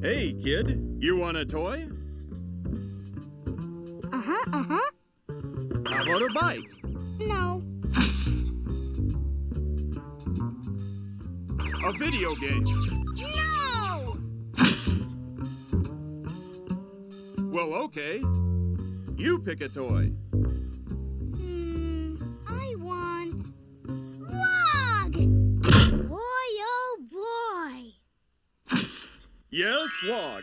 Hey, kid, you want a toy? Uh huh, uh huh. How about a bike? No. A video game? No! Well, okay. You pick a toy. Hmm, I want. Log! Boy, oh boy. Yes, log.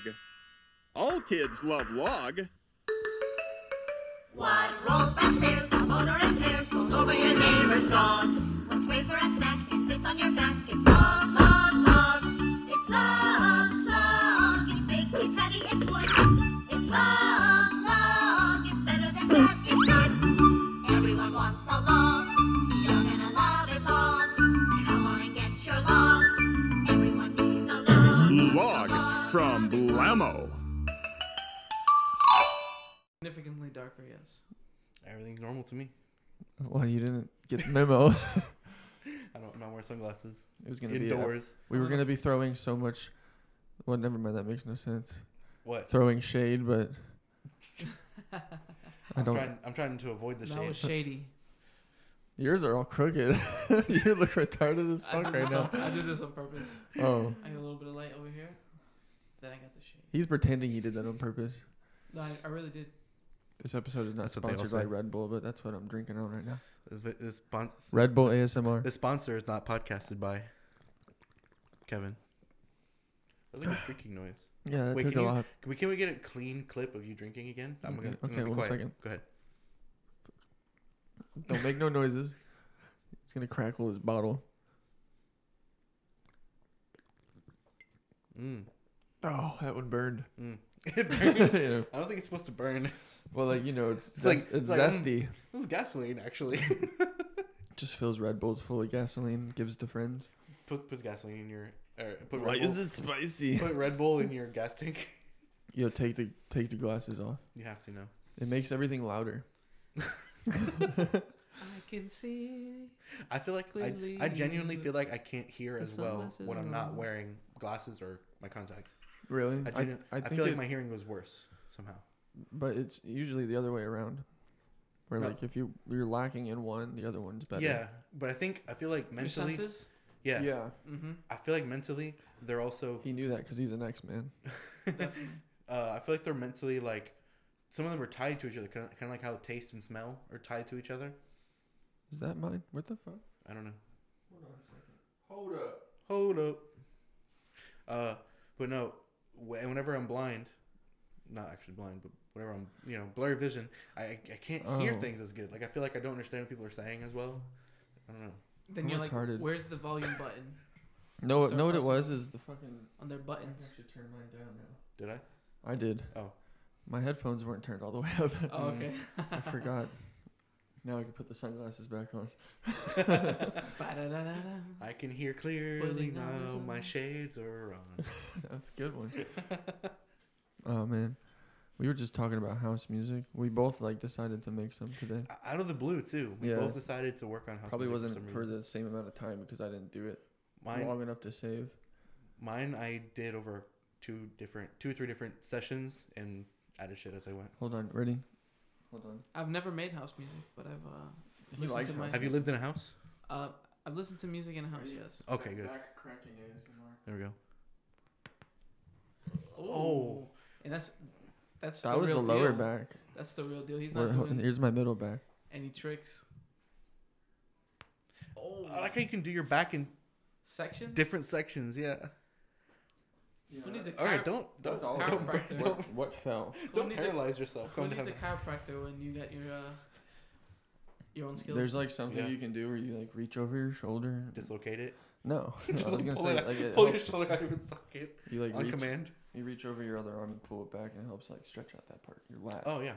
All kids love log. What rolls downstairs, the motor impairs, rolls over your neighbor's dog. What's great for a snack? It fits on your back. It's log, log, log. It's log, log. It's big, it's heavy, it's wood. It's log, log. It's better than bad, it's good. Everyone wants a log. You're gonna love it long. Come on and get your log. Everyone needs a log. Log from Blammo. Significantly darker, yes. Everything's normal to me. Well, you didn't get the memo. it I don't. I'm not wearing sunglasses. was gonna be uh, Indoors. we were gonna be throwing so much. Well, never mind. That makes no sense. What? Throwing shade, but I I'm don't. trying, I'm trying to avoid the that was shade. shady. Yours are all crooked. you look retarded as I fuck did, right this on, now. I did this on purpose. Oh, I got a little bit of light over here. Then I got the shade. he's pretending he did that on purpose. No, I, I really did. This episode is not That's what they all sponsored by say. Red Bull, but that's what I'm drinking on right now. This, vi- this spons- Red Bull this, ASMR. This sponsor is not podcasted by Kevin. That's like a drinking noise. yeah, that Wait, took can a you- lot. Can we, can we get a clean clip of you drinking again? I'm gonna, I'm Okay, gonna be one quiet. second. Go ahead. Don't make no noises. It's gonna crackle his bottle. Mm, Oh, that one burned. mm. Yeah. I don't think it's supposed to burn. Well, like you know, it's It's like- zest- it's, it's like, mm. zesty. This is gasoline, actually. Just fills Red Bulls full of gasoline, gives to friends. put, put gasoline in your. Or put Red Bull, it spicy? Put Red Bull in your gas tank. Yo, take the take the glasses off. You have to know. It makes everything louder. I can see. I feel like I, Clearly I genuinely feel like I can't hear the as well sunglasses when are I'm not on. wearing glasses or my contacts. Really? I, genu- I, think feel like it- my hearing was worse somehow. but it's usually the other way around. Where No. like if you you're lacking in one, the other one's better. Yeah, but I think I feel like mentally. Your senses? Yeah, Yeah. Mm-hmm. I feel like mentally they're also. He knew that because he's an X man. uh, I feel like they're mentally like some of them are tied to each other, kind of, kind of like how taste and smell are tied to each other. Is that mine? What the fuck? I don't know. Hold up. Uh, but no, wh- and whenever I'm blind, not actually blind, but whenever I'm, you know, blurry vision, I, I I can't hear Oh. things as good. Like, I feel like I don't understand what people are saying as well. I don't know. Then I'm you're like, retarded. where's the volume button No, Start no. What it pressing. was is the fucking. on their buttons? should turn mine down now. Did I? I did. Oh. My headphones weren't turned all the way up. Oh, okay. I forgot. Now I can put the sunglasses back on. Mm-hmm. Ba-da-da-da-da. I can hear clearly Putting on now. this My on. shades are on. That's a good one. oh man, we were just talking about house music. We both like decided to make some today. O- Out of the blue, too. We Yeah. both decided to work on house Probably music wasn't some for reason. the same amount of time because I didn't do it mine. long enough to save. Mine, I did over two different, two or three different sessions and added shit as I went. Hold on, ready? Hold on. I've never made house music, but I've uh, He Listen likes to my- house Have you lived in a house? uh, I've listened to music in a house. Ready? Yes. Okay, good. Back cracking ASMR. There we go. Oh, and that's that's That was the lower deal. back. That's the real deal. He's Wait, not hold- doing here's my middle back. any tricks. Oh, I like how you can do your back in sections. different sections. Yeah. Who needs a All right, chiro- don't don't all don't, about. don't, Chiropractor. don't, What, what fell? Who needs a paralyze yourself. who Come down. needs a chiropractor when you got your uh, your own skills? There's like something Yeah. you can do where you like reach over your shoulder. Dislocate it. No, I was gonna pull say it out- like it pull your helps- shoulder out of its socket you like on reach command. You reach over your other arm and pull it back, and it helps like stretch out that part, your lat. Oh yeah.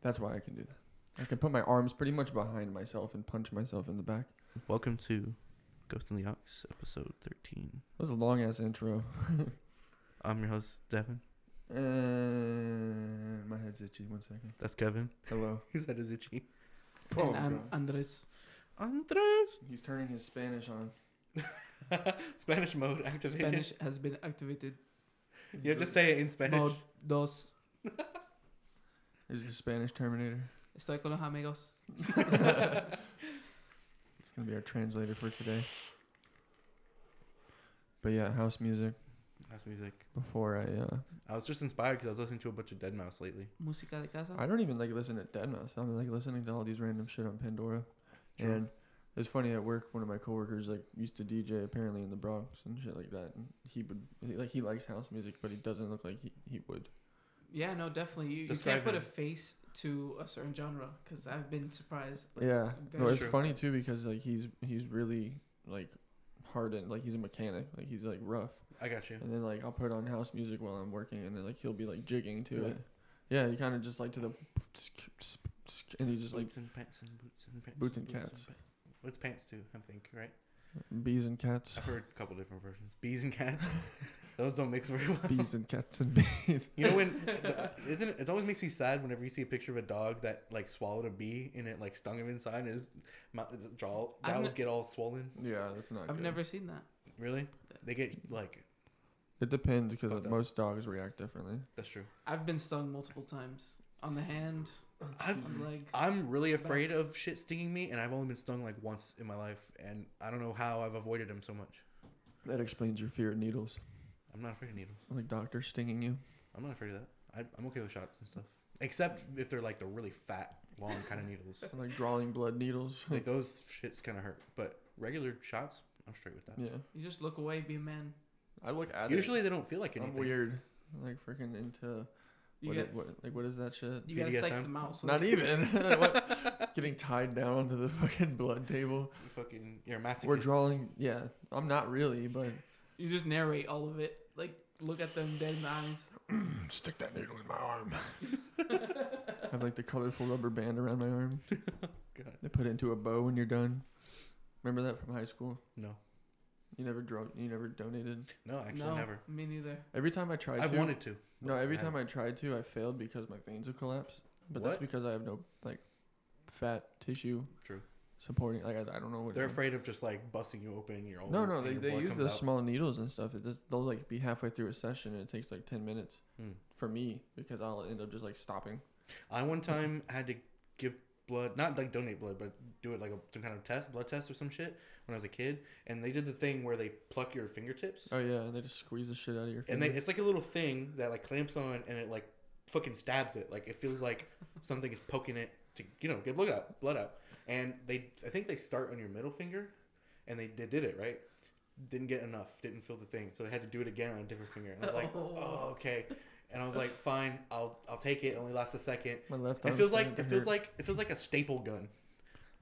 That's why I can do that. I can put my arms pretty much behind myself and punch myself in the back. Welcome to Ghost in the Ox, episode thirteen. That was a long ass intro. I'm your host Devin. Uh, my head's itchy. One second. That's Kevin. Hello. His head is itchy. and Oh, I'm God. Andres. Andres. He's turning his Spanish on. Spanish mode activated. Spanish has been activated. You have to say it in Spanish. Mode dos. There's a Spanish Terminator. Estoy con los amigos. It's gonna be our translator for today. But yeah, house music. House music. Before I, uh, I was just inspired because I was listening to a bunch of Dead Mouse lately. Música de casa. I don't even like listen to Dead Mouse. I'm like listening to all these random shit on Pandora. True. And it's funny at work. One of my coworkers like used to DJ apparently in the Bronx and shit like that. And he would he- like he likes house music, but he doesn't look like he, he would. Yeah, no, definitely. You, you Describe can't put it. a face to a certain genre because I've been surprised. Yeah, very- no, it's true. funny too because like he's he's really like hardened. Like he's a mechanic. Like he's like rough. I got you. And then like I'll put on house music while I'm working, and then like he'll be like jigging to Yeah. it. Yeah, he kind of just like to the, and he's just like boots and pants and boots and pants. Boots and cats. pa- Well, it's pants too, I think, right? bees and cats, I've heard a couple different versions. Bees and cats. Those don't mix very well. bees and cats and bees. You know when the- isn't it? It always makes me sad whenever you see a picture of a dog that like swallowed a bee and it like stung him inside and his mouth, his jaw I've jowls ne- get all swollen. Yeah, that's not. I've good. never seen that. Really? They get like It depends Fucked because up. most dogs react differently. that's true. I've been stung multiple times on the hand, I've on the leg. I'm really afraid of shit stinging me, and I've only been stung like once in my life, and I don't know how I've avoided them so much. That explains your fear of needles, I'm not afraid of needles. like doctors stinging you. I'm not afraid of that. I, I'm okay with shots and stuff, except if they're like the really fat, long kind of needles. Or, like drawing blood needles. Like those shits kind of hurt, but regular shots, I'm straight with that. yeah, You just look away, be a man. I look at Usually they don't feel like it. anything. I'm weird. Like freaking into You what, get it, what like what is that shit? you gotta psych BDSM? them out. So Not they- even What? getting tied down onto the fucking blood table. You fucking, you're a masochist. We're drawing. Yeah, I'm not really, but You just narrate all of it. Like look at them dead in the eyes. stick that needle in my arm. I have like the colorful rubber band around my arm. God. They put it into a bow when you're done. Remember that from high school? No, You never draw. You never donated. no, actually no, never. Me neither. Every time I tried, I've to, wanted to. No, every I time I tried to, I failed because my veins would collapse. But that's What? because I have no like fat tissue True. supporting. Like I, I don't know what. They're afraid of just like busting you open. You're all No, no, and they, your they blood use comes the out. small needles and stuff. It just, they'll like be halfway through a session and it takes like ten minutes Hmm. for me because I'll end up just like stopping. I one time had to give blood, not like donate blood, but do it like a, some kind of test, blood test or some shit when I was a kid. And they did the thing where they pluck your fingertips, Oh yeah, and they just squeeze the shit out of your. and Finger. they, it's like a little thing that like clamps on, and it like fucking stabs it. Like it feels like something is poking it to you know get blood out, blood out. And they, I think they start on your middle finger, and they, they did it right. Didn't get enough, didn't feel the thing, so they had to do it again on a different finger. And I was like, Oh. oh okay. And I was like, fine, I'll I'll take it. it only lasts a second. My left It arm feels started like to it feels hurt. like it feels like a staple gun.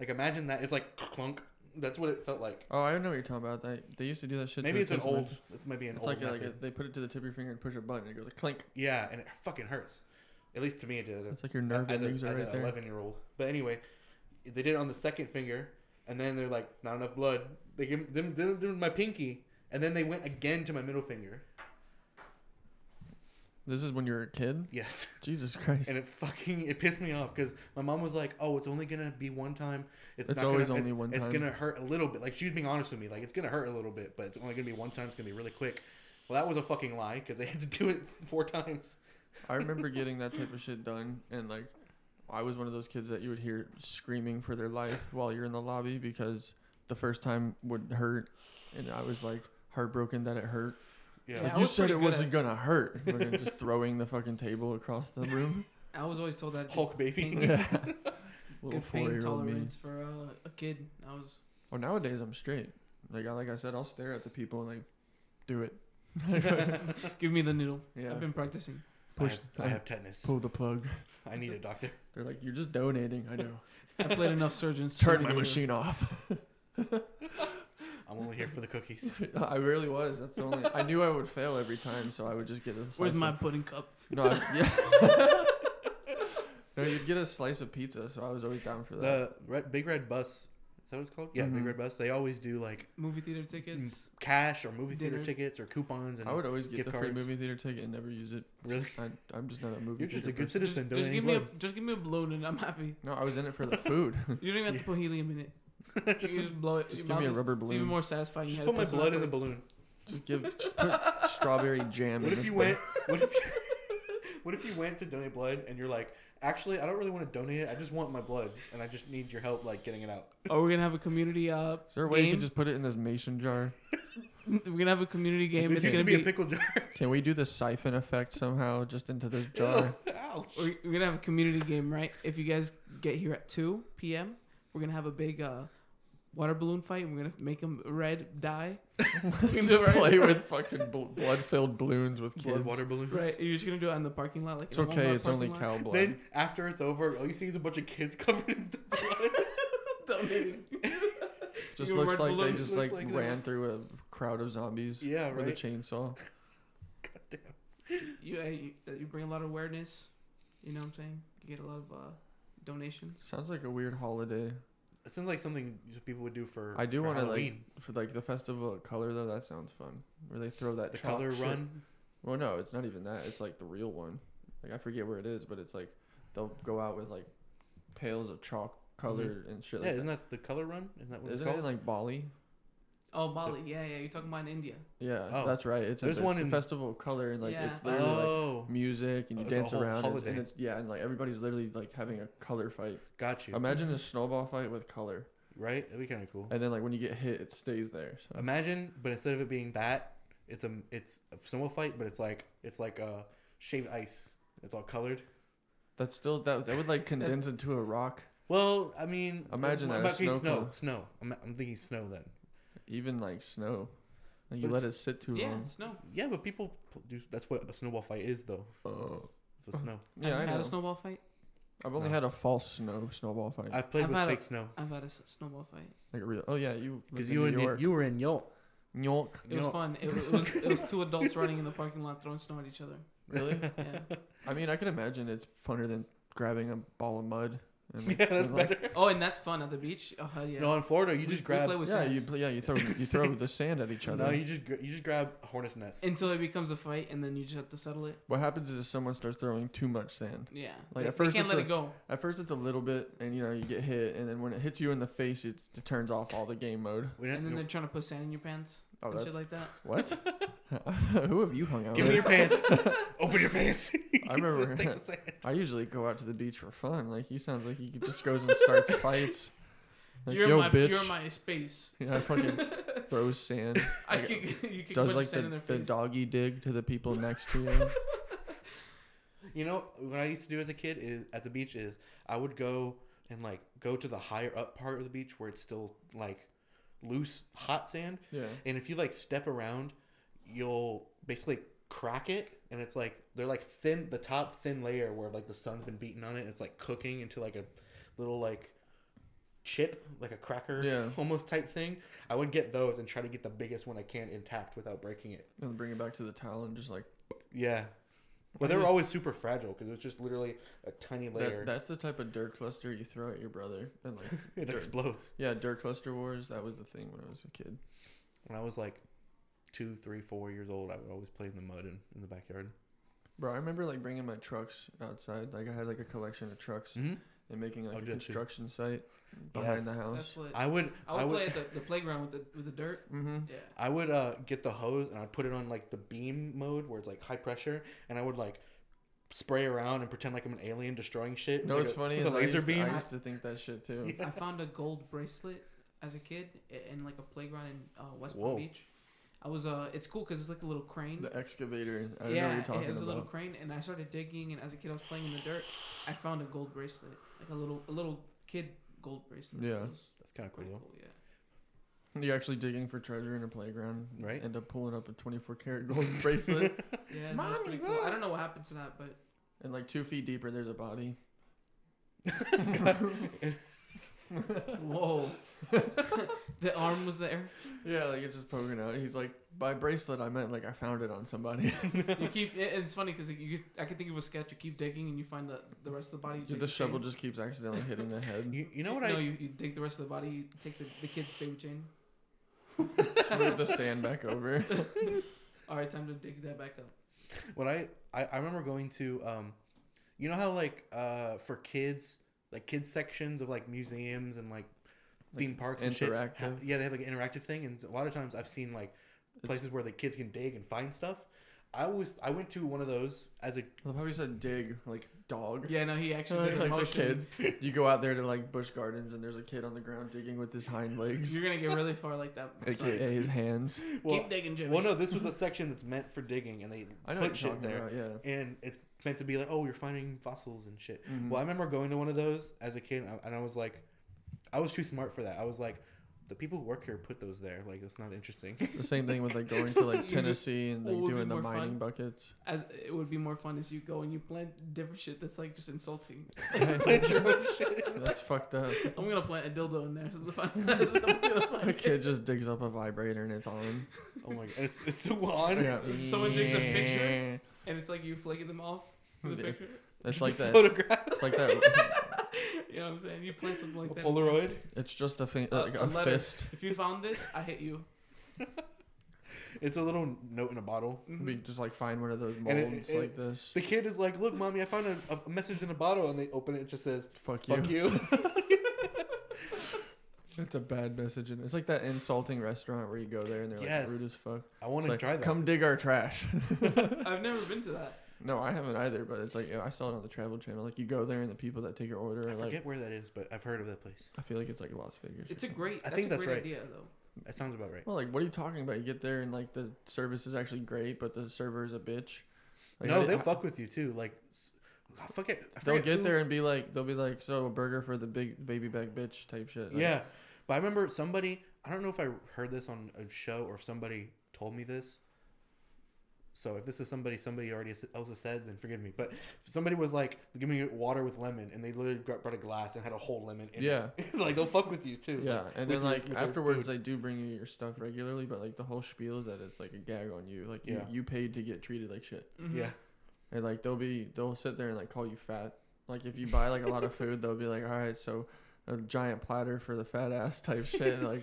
Like imagine that it's like clunk. That's what it felt like. Oh, I know what you're talking about. They they used to do that shit. to Maybe the it's an tips of my- old. It might be an It's old like, a, like a, method. they put it to the tip of your finger and push a button. and It goes like clink. yeah, and it fucking hurts. At least to me, it did. It's like your nerve as, a, endings are as right an there. 11 year old. But anyway, they did it on the second finger, and then they're like, not enough blood. They give them, them, them my pinky, and then they went again to my middle finger. This is when you're a kid. Yes. Jesus Christ. And it fucking it pissed me off because my mom was like, "Oh, it's only gonna be one time. It's gonna- always only it's, one It's time." gonna hurt a little bit. Like she was being honest with me. Like it's gonna hurt a little bit, but it's only gonna be one time. It's gonna be really quick. Well, that was a fucking lie because they had to do it four times. I remember getting that type of shit done, and like, I was one of those kids that you would hear screaming for their life while you're in the lobby because the first time would hurt, and I was like heartbroken that it hurt. Yeah. Like, I you was said pretty it good wasn't at- gonna hurt. Fucking just throwing the fucking table across the room. I was always told that I did Hulk baby. pain- yeah. Little good four pain year old me. tolerance for uh, a kid. I was Well, nowadays I'm straight. Like I like I said, I'll stare at the people and like, do it. give me the needle. Yeah. I've been practicing. I, Push. have, I have tetanus. pull the plug. I need a doctor. They're like, you're just donating. I know. I played enough surgeons. to know Turn my the- machine off. I'm only here for the cookies. I really was. That's the only. I knew I would fail every time, so I would just get a slice. Where's my Of, pudding cup? no, I- yeah. no, you'd get a slice of pizza, so I was always down for that. The red, big red bus. Is that what it's called? Yeah, big Mhm. red bus. They always do like Movie theater Mm, tickets. cash or movie theater Dinner. tickets or coupons. And I would always get gift the cards. free movie theater ticket and never use it. really. I, I'm just not a movie. You're just theater a good person. citizen. Just donating give me a blood. just give me a balloon and I'm happy. No, I was in it for the food. You don't even have to put helium in it. you can just blow it. just Your give mouth me a is- rubber It's even balloon. more satisfying. Just You put my had to piss blood in the off balloon. Just give just put strawberry jam. What if in this you went? What if? You, what if you went to donate blood and you're like, actually, I don't really want to donate it. I just want my blood, and I just need your help, like getting it out. for- Are we gonna have a community uh Is there a way you game? can just put it in this mason jar? We're gonna have a community game. this it's used gonna to be, be. a pickle jar. Can we do the siphon effect somehow just into this jar? Ouch. we're, we're gonna have a community game, right? If you guys get here at two p.m., we're gonna have a big uh, water balloon fight. and We're gonna make them red dye. We're gonna just do it right- play with fucking bl- blood filled balloons with kids. Blood water balloons. Right, you're just gonna do it on the parking lot, like It's in a okay. Walmart It's only parking lot. cow blood. Then after it's over, all you see is a bunch of kids covered in blood. Donating. just Your looks red like they balloon just looks like, like that. ran through a crowd of zombies. Yeah, With a right. chainsaw. Goddamn. you, uh, you that you bring a lot of awareness. You know what I'm saying? You get a lot of uh, donations. Sounds like a weird holiday. It sounds like something people would do for. I do for want to like Halloween. for like the festival of color though. That sounds fun. Where they throw that the chalk color shit. run. Well, no, it's not even that. It's like the real one. Like I forget where it is, but it's like they'll go out with like pails of chalk colored and shit. Mm-hmm. Yeah, like isn't that the color run? Isn't that that. what Isn't it's it called? in like Bali? Oh, Bali. Yeah, yeah. You're talking about in India. Yeah, Oh. that's right. It's There's at the, one the in- festival of color and like Yeah. it's literally like oh, music and Oh, you it's a dance whole around and it's, and holiday. it's yeah and like everybody's literally like having a color fight. got you. Imagine a snowball fight with color, right? That'd be kind of cool. and then like when you get hit, it stays there. So Imagine, but instead of it being that, it's a it's a snowball fight, but it's like it's like uh, shaved ice. It's all colored. that's still that that would like condense into a rock. Well, I mean, Imagine I'm that, a about to say snow snow, cone. snow. I'm, I'm thinking snow then. Even like snow, like you But let it it's- sit too yeah, long. snow. Yeah, but people p- do. That's what a snowball fight is, though. That's what snow. Oh. Yeah, I've I had know. a snowball fight. I've only No. had a false snow snowball fight. I've played I've with had a- fake snow. I've had a s- snowball fight. like a real. Oh yeah, you Because because you were in in New York. York. you were in York. New York. It was No. fun. It, wa- it was it was two adults running in the parking lot throwing snow at each other. Really? Yeah. I mean, I can imagine it's funner than grabbing a ball of mud. And, Yeah, that's and, like, better. Oh, and that's fun at the beach. Oh hell yeah. No, in Florida, you We- just we grab. play with Yeah, sand you pl- yeah you throw you throw the sand at each other. No, you just gr- you just grab hornet's nest. until it becomes a fight, and then you just have to settle it. What happens is if someone starts throwing too much sand. Yeah. Like, They- at first they can't it's let a- it go. At first, it's a little bit, and you know you get hit, and then when it hits you in the face, it, it turns off all the game mode. We And didn't- then they're trying to put sand in your pants Oh, and that's shit like that. what? Who have you hung out Give me your with? pants. Open your pants. I remember- Take the sand. I usually go out to the beach for fun. Like he sounds like he just goes and starts fights. Like, you're yo, my bitch. you're my space. You know, I fucking throws sand. I Like, kick, you kick does much like sand in the, their the face. doggy dig to the people next to you. You know what I used to do as a kid is at the beach is I would go and like go to the higher up part of the beach where it's still like loose hot sand, yeah. and if you like step around, you'll basically crack it, and it's like they're like thin the top thin layer where like the sun's been beating on it, and it's like cooking into like a little like chip like a cracker Yeah. almost type thing i would get those and try to get the biggest one i can intact without breaking it And bring it back to the towel and just like Yeah. But they were always super fragile because it was just literally a tiny layer. that, that's the type of dirt cluster you throw at your brother. And like it dirt. explodes. yeah, dirt cluster wars. That was the thing when I was a kid. When I was like two, three, four years old, I would always play in the mud in, in the backyard. Bro, I remember like bringing my trucks outside. Like I had like a collection of trucks Mm-hmm. and making like Oh, a did you? construction site behind Yes. the house. That's what I I would, I would, would, I play would, at the, the playground with the with the dirt. Mm-hmm. Yeah. uh, get the hose and I'd put it on like the beam mode where it's like high pressure, and I would like spray around and pretend like I'm an alien destroying shit. No, like what's a- funny with is a I laser used, to, beam. I used to think that shit too. I found a gold bracelet as a kid i- in like a playground in uh, West Whoa. Palm Beach. I was uh, it's cool because it's like a little crane. The excavator. I yeah, know what you're talking it was about. a little crane, and I started digging. And as a kid, I was playing in the dirt. I found a gold bracelet, like a little a little kid gold bracelet. Yeah. It was That's kind of cool. pretty though. cool. Yeah, You're actually digging for treasure in a playground, Right. End up pulling up a 24 karat gold bracelet, yeah, no, it's pretty cool. I don't know what happened to that, but and like two feet deeper, there's a body. whoa, the arm was there. Yeah, like it's just poking out. He's like, by bracelet, I meant like I found it on somebody. You keep it, it's funny because you could- I can think of a sketch. You keep digging, and you find the the rest of the body. You take the chain. shovel just keeps accidentally hitting the head. You, you know what no, I? you, you dig the rest of the body. You take the, the kid's baby chain. Just move the sand back over. All right, time to dig that back up. What I, I I remember going to um, you know how like uh for kids like kids sections of like museums and like theme parks and shit. ha- interactive. Yeah, they have like an interactive thing, and a lot of times I've seen like places where the kids can dig and find stuff. I was I went to one of those as a I love how you said dig, like dog. Yeah, no, he actually Like, did a the motion. kids. You go out there to like bush gardens and there's a kid on the ground digging with his hind legs. You're gonna get really far like that. I'm sorry. AKA his hands. well, Keep digging, Jimmy. well no, this was a section that's meant for digging, and they I put know what you're shit talking there. about, yeah. and it's meant to be like, oh, you're finding fossils and shit. Mm-hmm. Well, I remember going to one of those as a kid, and I- and I was like, I was too smart for that. I was like, the people who work here put those there. Like, that's not interesting. It's the same thing with like going to like Tennessee and What like would be doing the more mining fun? buckets. As it would be more fun as you go and you plant different shit that's like just insulting. That's fucked up. I'm gonna plant a dildo in there. So the fun- that's what I'm gonna The plant. kid just digs up a vibrator and it's on. oh my god, and it's, it's the wand. Yeah. Someone takes a picture? and it's like you flaking them off for the Yeah. picture. It's like that. Photograph. It's like that. You know what I'm saying? You plant something like A that. Polaroid. It's just a, fin- Uh, like a a, letter. fist. If you found this, I hit you. It's a little note in a bottle. We just like find one of those it- molds it- like this. The kid is like, look, mommy, I found a, a message in a bottle, and they open it. It just says, Fuck you. "Fuck you." That's a bad message. And it's like that insulting restaurant where you go there and they're Yes. like rude as fuck. I want It's to like, try that. Come dig our trash. I've never been to that. no, I haven't either. But it's like yeah, I saw it on the Travel Channel. Like you go there and the people that take your order I are forget like. where that is, but I've heard of that place. I feel like it's like Las Vegas. or It's a something. great. I That's think a that's great right. idea though. That sounds about right. Well, like what are you talking about? You get there and like the service is actually great, but the server is a bitch. Like, I no, did- they'll I- fuck with you too. Like, s- I forget. I They'll forget get who- there and be like, they'll be like, so a burger for the big baby back bitch type shit. Like, Yeah, but I remember somebody. I don't know if I heard this on a show or if somebody told me this. So if this is somebody somebody already s- else has said, then forgive me. But somebody was like, "Give me water with lemon," and they literally gra- brought a glass and had a whole lemon. In Yeah. it. like they'll fuck with you too. Yeah, and with then your- like with your food. afterwards they do bring you your stuff regularly, but like the whole spiel is that it's like a gag on you. Like Yeah. Mm. you, you paid to get treated like shit, yeah. and like they'll be they'll sit there and like call you fat. Like if you buy like a lot of food, they'll be like, all right, so a giant platter for the fat ass type shit. Like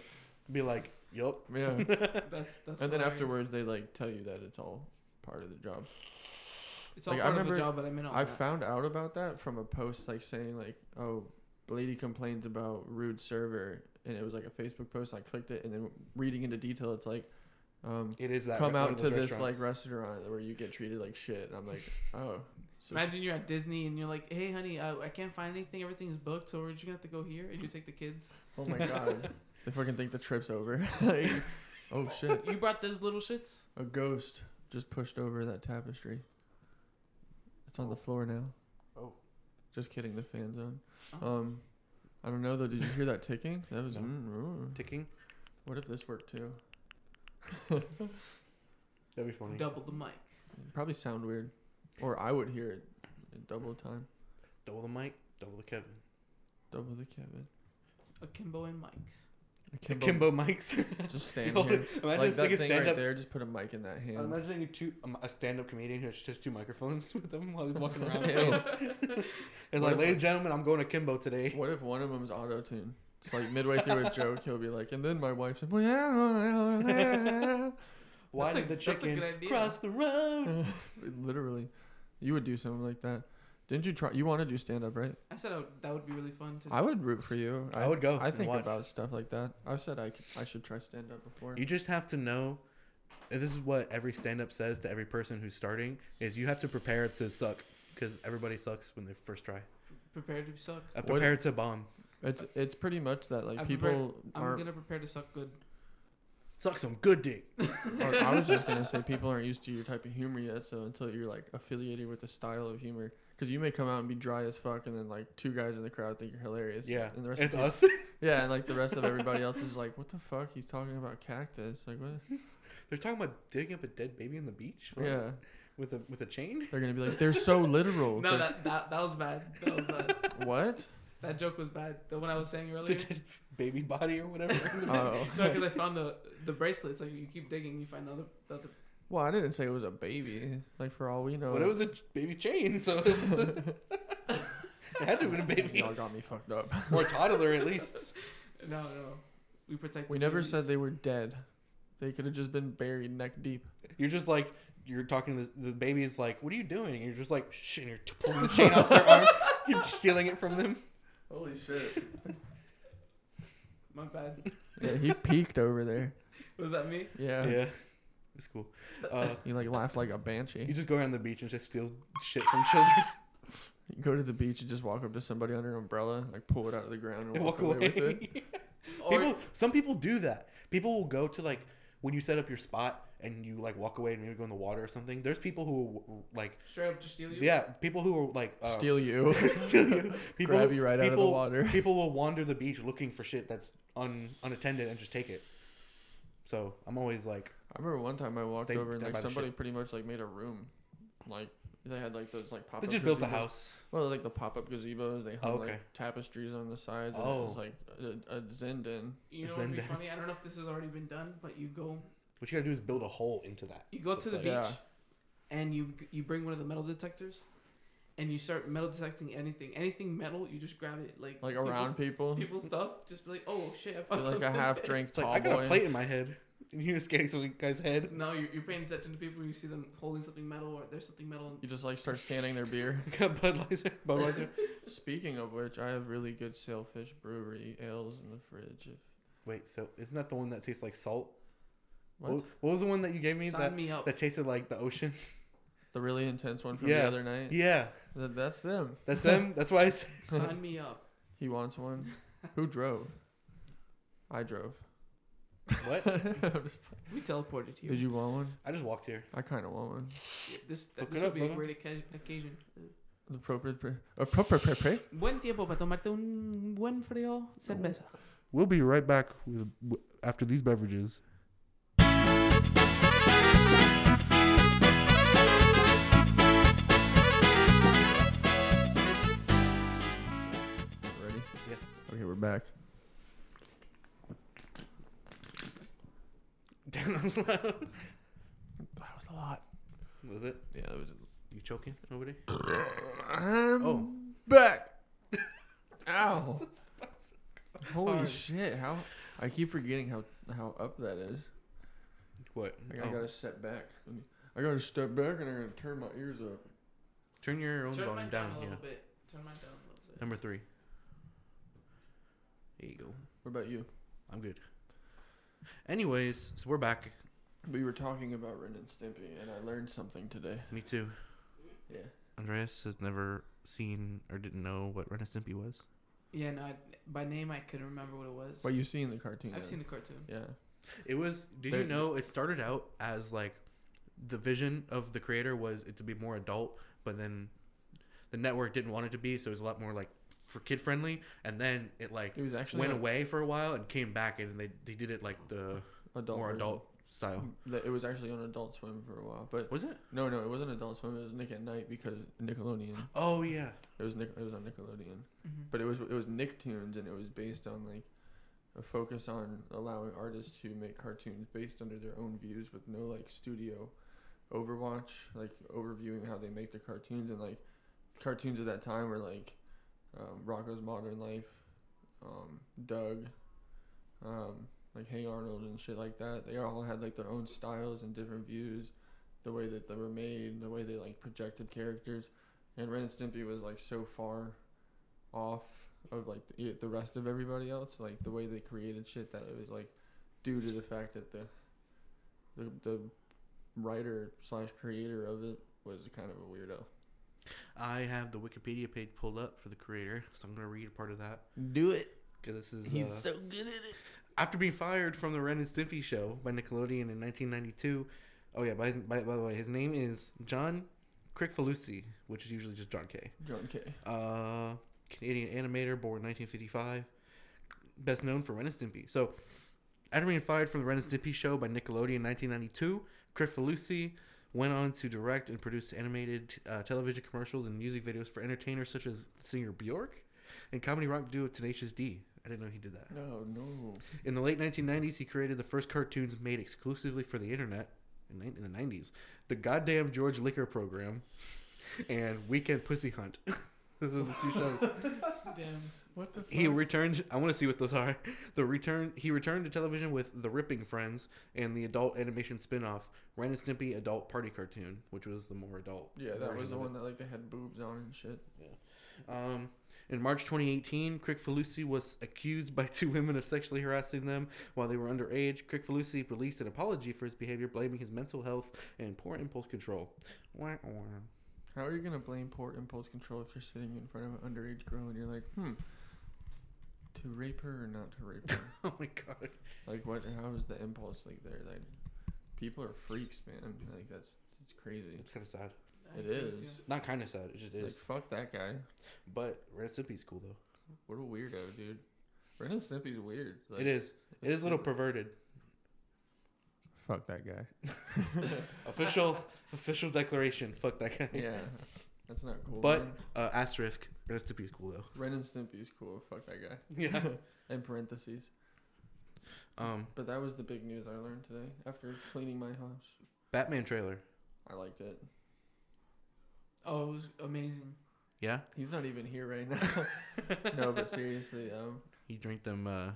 Be like, "Yup." yeah, and That's that's. then hilarious. afterwards they like tell you that it's all part of the job. it's all like, I part of remember a job, but I mean, I found out about that from a post like saying like, oh, lady complains about rude server, and it was like a Facebook post. I clicked it, and then reading into detail, it's like, um, It is that come one out of to those this like restaurants. restaurant where you get treated like shit. And I'm like, oh, so Imagine you're at Disney and you're like, "Hey, honey, I, I can't find anything. Everything's booked, so we're just gonna have to go here." And you take the kids. oh my god, they fucking think the trip's over. like, oh shit, You brought those little shits. a ghost just pushed over that tapestry. It's on the floor now. Oh. just kidding. The fan zone. Um, I don't know though. Did you hear that ticking? That was. No. mm, ooh. ticking. What if this worked too? That'd be funny. Double the mic. It'd probably sound weird, or I would hear it in double time, Double the mic, double the Kevin. double the Kevin. Akimbo and mics. Akimbo, Kimbo mics. just stand Yo, here. imagine this Mm-hmm. Like thing that is thing stand right up. there. Just put a mic in that I'm hand. imagining two, um, a stand-up comedian who has just two microphones with him while he's walking around. Ew. stage. It's What like, if- ladies and gentlemen, I'm going to Kimbo today. What if one of them's auto tune? It's like midway through a joke, he'll be like, and then my wife said, literally, Why That's a- did that's a the good chicken idea. Mm-hmm. cross the road? you would do something like that. Didn't you try? You want to do stand up, right? I said I would- that would be really fun to. I would root for you. I would go I and think watch. about stuff like that. I've said I, c- I should try stand up before. You just have to know. and This is what every stand-up says to every person who's starting: is you have to prepare to suck because everybody sucks when they first try. prepare to suck. Uh, prepare to bomb. It's it's pretty much that like I'm people I'm aren't. gonna prepare to suck good. Suck some good dick. or I was just gonna say people aren't used to your type of humor yet. So until you're like affiliated with the style of humor, because you may come out and be dry as fuck, and then like two guys in the crowd think you're hilarious. Yeah, and the rest it's of peop- us. Yeah, and like the rest of everybody else is like, what the fuck? He's talking about cactus. Like what? They're talking about digging up a dead baby in the beach. Like, Yeah, with a with a chain. they're gonna be like, they're so literal. No, They're- that, that that was bad. That was bad. what? that joke was bad. The one I was saying The earlier. dead baby body or whatever. in the beach. Oh, No, because I found the the bracelets. Like you keep digging, you find the other. The other well, I didn't say it was a baby. Like for all we know, But it was a ch- baby chain, so it, was it had to have been a baby Y'all got me fucked up. or a toddler at least. no, no, we protect. We the never babies. said they were dead. They could have just been buried neck deep. You're just like you're talking to the, the baby is like, "What are you doing?" And you're just like, "Shh," and you're t- pulling the chain off their arm. You're stealing it from them. Holy shit. My bad. Yeah, he peaked over there. Was that me? Yeah. Yeah, it's cool. Uh, He like laughed like a you banshee. just go around the beach and just steal shit from children. You go to the beach and just walk up to somebody under an umbrella, like pull it out of the ground and and walk, away. with it. Or people, some people do that. People will go to like when you set up your spot and you like walk away and maybe go in the water or something. There's people who will, like straight up just steal you? yeah, people who are like uh, Steal you. steal you. People, Grab you right out of the people- water. People will wander the beach looking for shit that's un, unattended and just take it. So I'm always like, I remember one time I walked Stay- over and stand like by the somebody ship. pretty much like made a room, like they had like those like pop. they just built a house. Well, like the pop up gazebos, they hung Oh, okay. like tapestries on the sides. and Oh. it was like a, a Zenden. You know what would be Zen down. funny? I don't know if this has already been done, but you go What you gotta do is build a hole into that. you go to So the it's beach like- Yeah. and you you bring one of the metal detectors and you start metal detecting anything. Anything metal, you just grab it like like people's- around people, people's stuff. Just be like, oh shit, I found You're, like a something." half drink It's like tall I got boy. a plate in my head, and you just getting some guy's head. No, you're, you're paying attention to people. You see them holding something metal, or there's something metal. You just like start scanning their beer. I got Budweiser. Budweiser. Speaking of which, I have really good Sailfish Brewery ales in the fridge. If, Wait, so isn't that the one that tastes like salt? what? What, what was the one that you gave And me sign that me up. that tasted like the ocean? The really intense one from Yeah. the other night. Yeah, Th- that's them. that's them. That's why I said sign me up. He wants one. Who drove? I drove. what? Did We teleported here. you want one? I just walked here. I kind of want one. This Look this it would up, be a brother. great occasion. occasion. The appropriate, pre- appropriate, pre- Buen tiempo para tomarte un buen frío cerveza. We'll be right back with, after these beverages. Ready? Yeah. Okay, we're back. Damn, that was loud. That was a lot. Was it? Yeah, that was. You choking over there? I'm Oh. back. Ow! Holy shit! How I keep forgetting how how up that is. What? Like, Oh. I gotta step back. Let me- I gotta step back and I gotta turn my ears up. Turn your own Turn volume mine down, down. a yeah. little bit. Turn mine down a little bit. Number three. There you go. What about you? I'm good. Anyways, so we're back. We were talking about Ren and Stimpy, and I learned something today. Me too. Yeah. Andreas has never seen or didn't know what Ren and Stimpy was. Yeah, no, I, by name I couldn't remember what it was. But you seen the cartoon? I've then? seen the cartoon. Yeah. It was. Did They- you know it started out as like the vision of the creator was it to be more adult, but then the network didn't want it to be, so it was a lot more like for kid friendly. And then it like It was actually went a away for a while and came back, and they they did it like the adult more version. Mm, adult style. That- It was actually on Adult Swim for a while, but Was it? no, no, it wasn't Adult Swim. It was Nick at Night because Nickelodeon. Oh yeah. It was Nick. It was on Nickelodeon, Mhm. but it was it was Nicktoons, and it was based on like a focus on allowing artists to make cartoons based under their own views with no like studio overwatch, like overviewing how they make the cartoons, and like cartoons at that time were like um, Rocco's Modern Life, um, Doug, um, like Hey Arnold and shit like that. They all had like their own styles and different views, the way that they were made, the way they like projected characters, and Ren and Stimpy was like so far off of like the, the rest of everybody else, like the way they created shit that it was like due to the fact that the the, the writer slash creator of it was kind of a weirdo. I have the Wikipedia page pulled up for the creator, so I'm gonna read a part of that. Do it. Cause this is He's uh, so good at it. After being fired from the Ren and Stimpy show by Nickelodeon in 1992, oh yeah, by, his- by, by the way, his name is John Crickfalusi, which is usually just John K. John K. Uh, Canadian animator, born 1955, best known for Ren and Stimpy. So, after being fired from the Ren and Stimpy show by Nickelodeon in 1992, Crickfalusi went on to direct and produce animated uh, television commercials and music videos for entertainers such as singer Bjork and comedy rock duo Tenacious D. I didn't know he did that. No, no. In the late 1990s, he created the first cartoons made exclusively for the internet in nin- in the 90s The Goddamn George Liquor Program and Weekend Pussy Hunt. Those are the two shows. Damn. What the fuck? He returned. I want to see what those are. The return. He returned to television with The Ripping Friends and the adult animation spin-off Ren and Stimpy Adult Party Cartoon, which was the more adult. yeah, that version was of the it. one that like they had boobs on and shit. Um, in In March 2018, Crick Falusi was accused by two women of sexually harassing them while they were underage. Crick Falusi released an apology for his behavior, blaming his mental health and poor impulse control. Wah, wah. How are you gonna blame poor impulse control if you're sitting in front of an underage girl and you're like, hmm, to rape her or not to rape her? Oh my god. like, what? How is the impulse like there? Like, people are freaks, man. Like that's it's crazy. It's kind of sad. It is. Not kind of sad. It just is. Like fuck that guy. But Ren and Stimpy's cool though. What a weirdo, dude. Ren and Stimpy's weird. Like, it is. It is a little perverted. Fuck that guy. Official official declaration. Fuck that guy. Yeah, that's not cool. But man. uh, asterisk, Ren and Stimpy's cool though. Ren and Stimpy's cool. Fuck that guy. Yeah. In parentheses. Um, But that was the big news I learned today after cleaning my house. Batman trailer. I liked it. Oh, it was amazing. Yeah. He's not even here right now. no, but seriously, um, He drank them uh,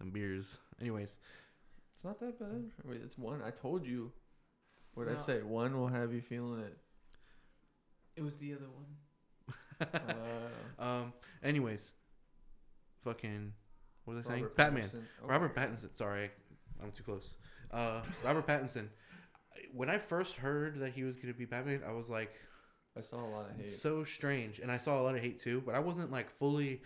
them beers. Anyways, it's not that bad. I mean, it's one. I told you. What would I No. say? One will have you feeling it. It was the other one. Uh, um, anyways, fucking, what was I saying? Robert Batman. Pattinson. Oh my Robert God. Pattinson. Sorry, I'm too close. Uh, Robert Pattinson. When I first heard that he was gonna be Batman, I was like, I saw a lot of hate. so strange, and I saw a lot of hate too. But I wasn't like fully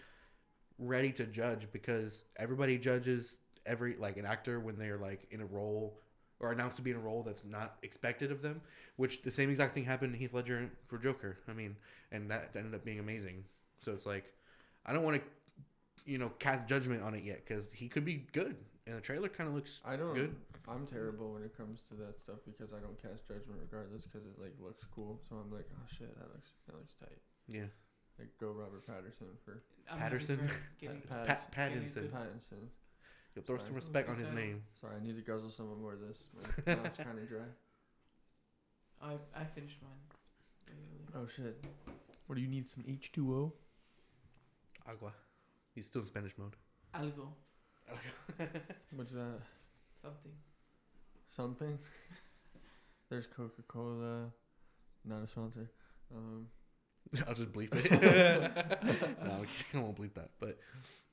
ready to judge because everybody judges every like an actor when they're like in a role or announced to be in a role that's not expected of them. Which the same exact thing happened to Heath Ledger for Joker. I mean, and that ended up being amazing. So it's like, I don't want to, you know, cast judgment on it yet because he could be good, and the trailer kind of looks I don't. good. I'm terrible when it comes to that stuff because I don't cast judgment regardless because it like looks cool. So I'm like, oh shit, that looks that looks tight. Yeah, Like go Robert Patterson for I'm happy Patterson? for Getting it's Pat Pattinson. Pattinson. You'll throw some respect on his name. Sorry, I need to guzzle some more of this. My mouth's kind of dry. I, I finished mine. Oh shit. What do you need? Some H2O? Agua. He's still in Spanish mode. Algo. What's that? Something. Something? There's Coca Cola. Not a sponsor. Um, I'll just bleep it. no, I'm kidding. I won't bleep that. But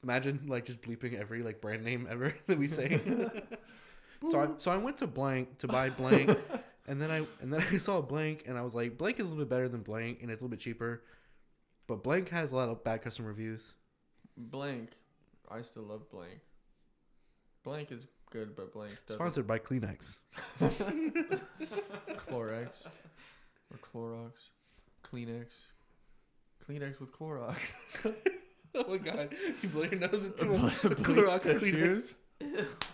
imagine like just bleeping every like brand name ever that we say. so I so I went to blank to buy blank, and then I and then I saw blank, and I was like, blank is a little bit better than blank, and it's a little bit cheaper. But blank has a lot of bad customer reviews. blank. I still love blank. Blank is good, but blank doesn't. Sponsored by Kleenex. Clorox. Or Clorox. Kleenex. Kleenex with Clorox. Oh my god, you blow your nose into Clorox tissues.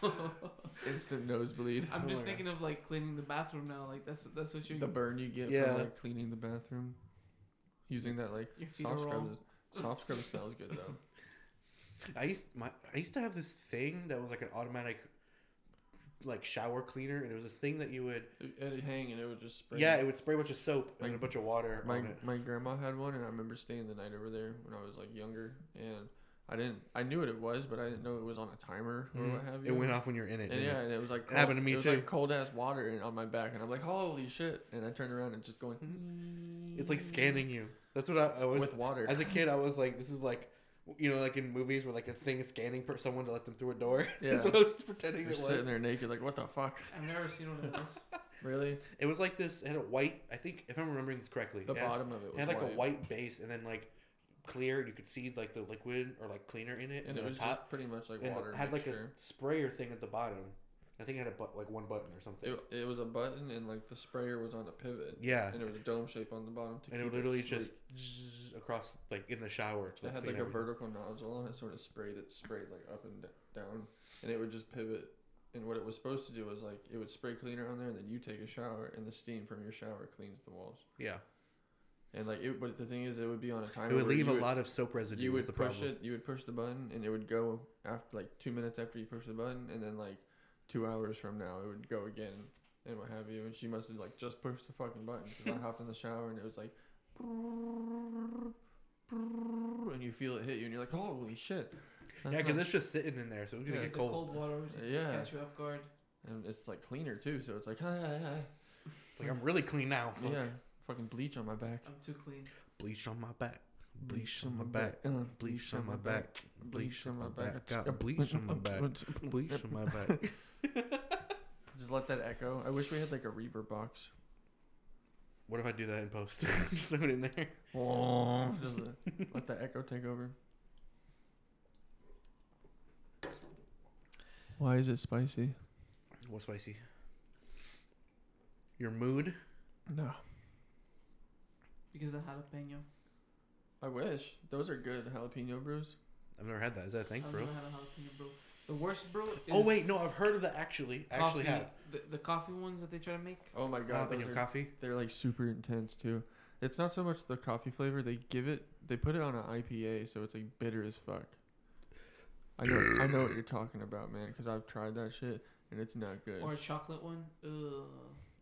Instant nosebleed. I'm just yeah. thinking of like cleaning the bathroom now. Like that's that's what you're. the burn you get Yeah. from like cleaning the bathroom using that like Your feet soft are scrub. wrong. Soft scrub smells good though. I used my I used to have this thing that was like an automatic like shower cleaner and it was this thing that you would It- It'd hang and it would just spray. yeah, it would spray a bunch of soap and Like, a bunch of water my on it. my grandma had one and I remember staying the night over there when I was like younger and I didn't I knew what it was but I didn't know it was on a timer or what have you. Mm-hmm. It went off when you're in it. And didn't yeah, it? and it was like happened to me it was too. Like cold ass water and on my back, and I'm like, holy shit! And I turned around and it's just going it's like scanning you. That's what I, I was. with water. Mm-hmm. As a kid, I was like, this is like, you know, like in movies where like a thing is scanning for someone to let them through a door. That's Yeah. what I was pretending You're it was. sitting there naked, like what the fuck? I've never seen one of those. Really? It was like this. It had a white. I think if I'm remembering this correctly, The it had- bottom of it It was had like white, a white base and then like clear. You could see like the liquid or like cleaner in it, and, and it then was the top just pretty much like and water it had like mixture. a sprayer thing at the bottom. I think it had a but, like one button or something. It, it was a button and like the sprayer was on a pivot. yeah, And it was a dome shape on the bottom to and keep it literally slick. just zzz across like in the shower. To, it had clean like a everything. vertical nozzle on it, sort of sprayed it, sprayed like up and d- down, and it would just pivot. And what it was supposed to do was like it would spray cleaner on there, and then you take a shower, and the steam from your shower cleans the walls. yeah. And like it, but the thing is, it would be on a timer. It would where leave a you lot of soap residue. You was would the push problem. it. You would push the button, and it would go after like two minutes after you push the button, and then like two hours from now, it would go again, and what have you. And she must have like just pushed the fucking button because I hopped in the shower, and it was like, and you feel it hit you, and you're like, holy shit. That's Yeah, because not- it's just sitting in there, so it's gonna Yeah. get the cold. cold, water would Yeah. catch you off guard. and it's like cleaner too, so it's like, ah, It's like I'm really clean now. Fuck. yeah, fucking bleach on my back. I'm too clean. Bleach on my back. Bleach on my back. Uh, Bleach on my back. Bleach on my back. Got bleach on my back. Bleach on my back. Just let that echo. I wish we had like a reverb box. What if I do that in post? Just throw it in there. Just let- let that echo take over. Why is it spicy? What's spicy? Your mood? No. Because the jalapeno. I wish. Those are good jalapeno brews. I've never had that. Is that a thing, I've bro? never had a jalapeno brew. The worst brew. Um, Is Oh wait, no, I've heard of that actually. Actually coffee- have. the, the coffee ones that they try to make. Oh my god, those Jalapeno are- coffee. they're like super intense too. It's not so much the coffee flavor. They give it. They put it on an IPA, so it's like bitter as fuck. I know. I know what you're talking about, man. Because I've tried that shit, and it's not good. Or a chocolate one. Ugh.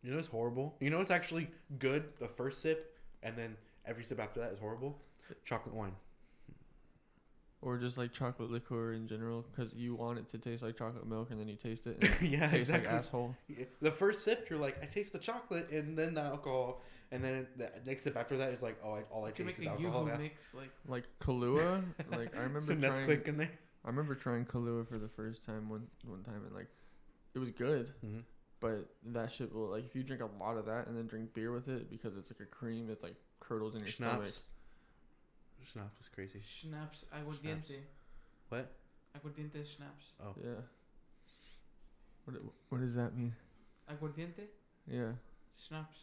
You know it's horrible. You know it's actually good the first sip, and then every sip after that is horrible. Chocolate wine. or just like chocolate liqueur in general, because you want it to taste like chocolate milk, and then you taste it, and it yeah, tastes exactly. like asshole. Yeah. The first sip, you're like, I taste the chocolate, and then the alcohol, and then the next sip after that is like, oh, I, all I To taste make a is alcohol. Yoo-hoo Now. mix, like Like Kahlua. like I remember Some trying. Nesquik in there. I remember trying Kahlua for the first time one one time, and like it was good. Mhm. But that shit will like if you drink a lot of that and then drink beer with it because it's like a cream, it like curdles in your stomach. Schnapps. Schnapps is crazy. schnapps, aguardiente. What? Aguardiente schnapps. Yeah. What it- what does that mean? Aguardiente Yeah. schnapps.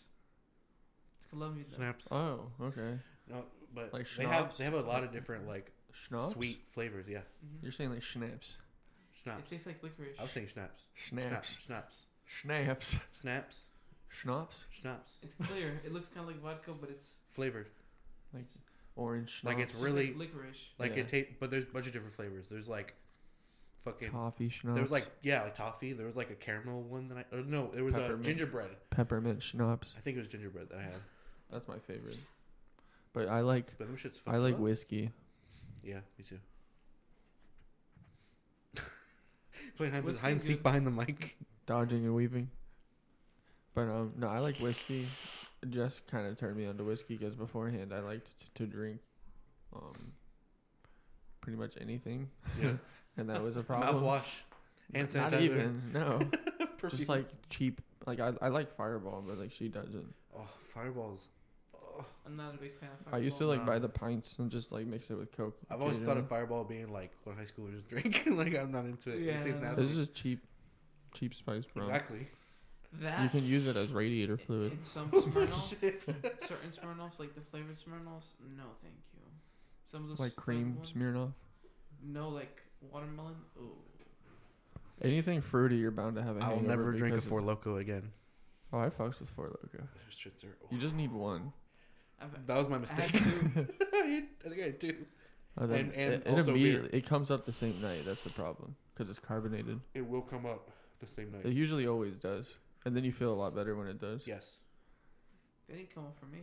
It's Colombian. though. Snaps. Oh, okay. No, but Like they have schnapps? they have a lot of different like Schnapps. sweet flavors. Yeah, Mhm. You're saying like schnapps. It schnapps. tastes like licorice. I was saying schnapps. Schnapps. Schnapps. Schnapps. Schnapps. Snaps. Schnapps. Schnapps. It's clear. It looks kind of like vodka, but it's Flavored. Like orange Like schnapps. it's it's just really like licorice. like Yeah. it tastes, but there's a bunch of different flavors. There's like fucking. toffee schnapps. There was like yeah, like toffee. There was like a caramel one that I or no, there was a Peppermint. gingerbread. peppermint schnapps. I think it was gingerbread that I had. That's my favorite. But I like But them shits. I fucked like up. whiskey. Yeah, me too. Playing hide, Whiskey's hide and seek good. behind the mic. dodging and weaving. But um, no, I like whiskey. Jess kind of turned me on to whiskey because beforehand I liked t- to drink, um, pretty much anything, Yeah. and that was a problem. Mouthwash. Hand N- Not sanitizer. even no, Perfume. just like cheap. Like I, I like Fireball, but like she doesn't. oh fireballs. Oh, I'm not a big fan of. I used to Fireball. like buy the pints and just like mix it with Coke. I've always thought of occasionally. fireball being like what high schoolers drink. like I'm not into it. Yeah, it tastes no, no. nasty. this is just cheap, cheap spice rum. exactly. You that. can use it as radiator fluid. in some Smirnoff, certain Smirnoffs, like the flavored Smirnoffs, no, thank you. Some of those Like flavored cream ones, Smirnoff. No, like watermelon. Ooh, Anything fruity, you're bound to have a I'll hangover never drink a because of- four loco again. Oh, I fucks with Four Loko. Those shits are- You just need one. I've, That was my I had mistake. two. I think I do. And, then And- and it, it also immediately it comes up the same night. That's the problem because it's carbonated. It will come up the same It night. usually always does, and then you feel a lot better when it does. Yes. They didn't come up for me.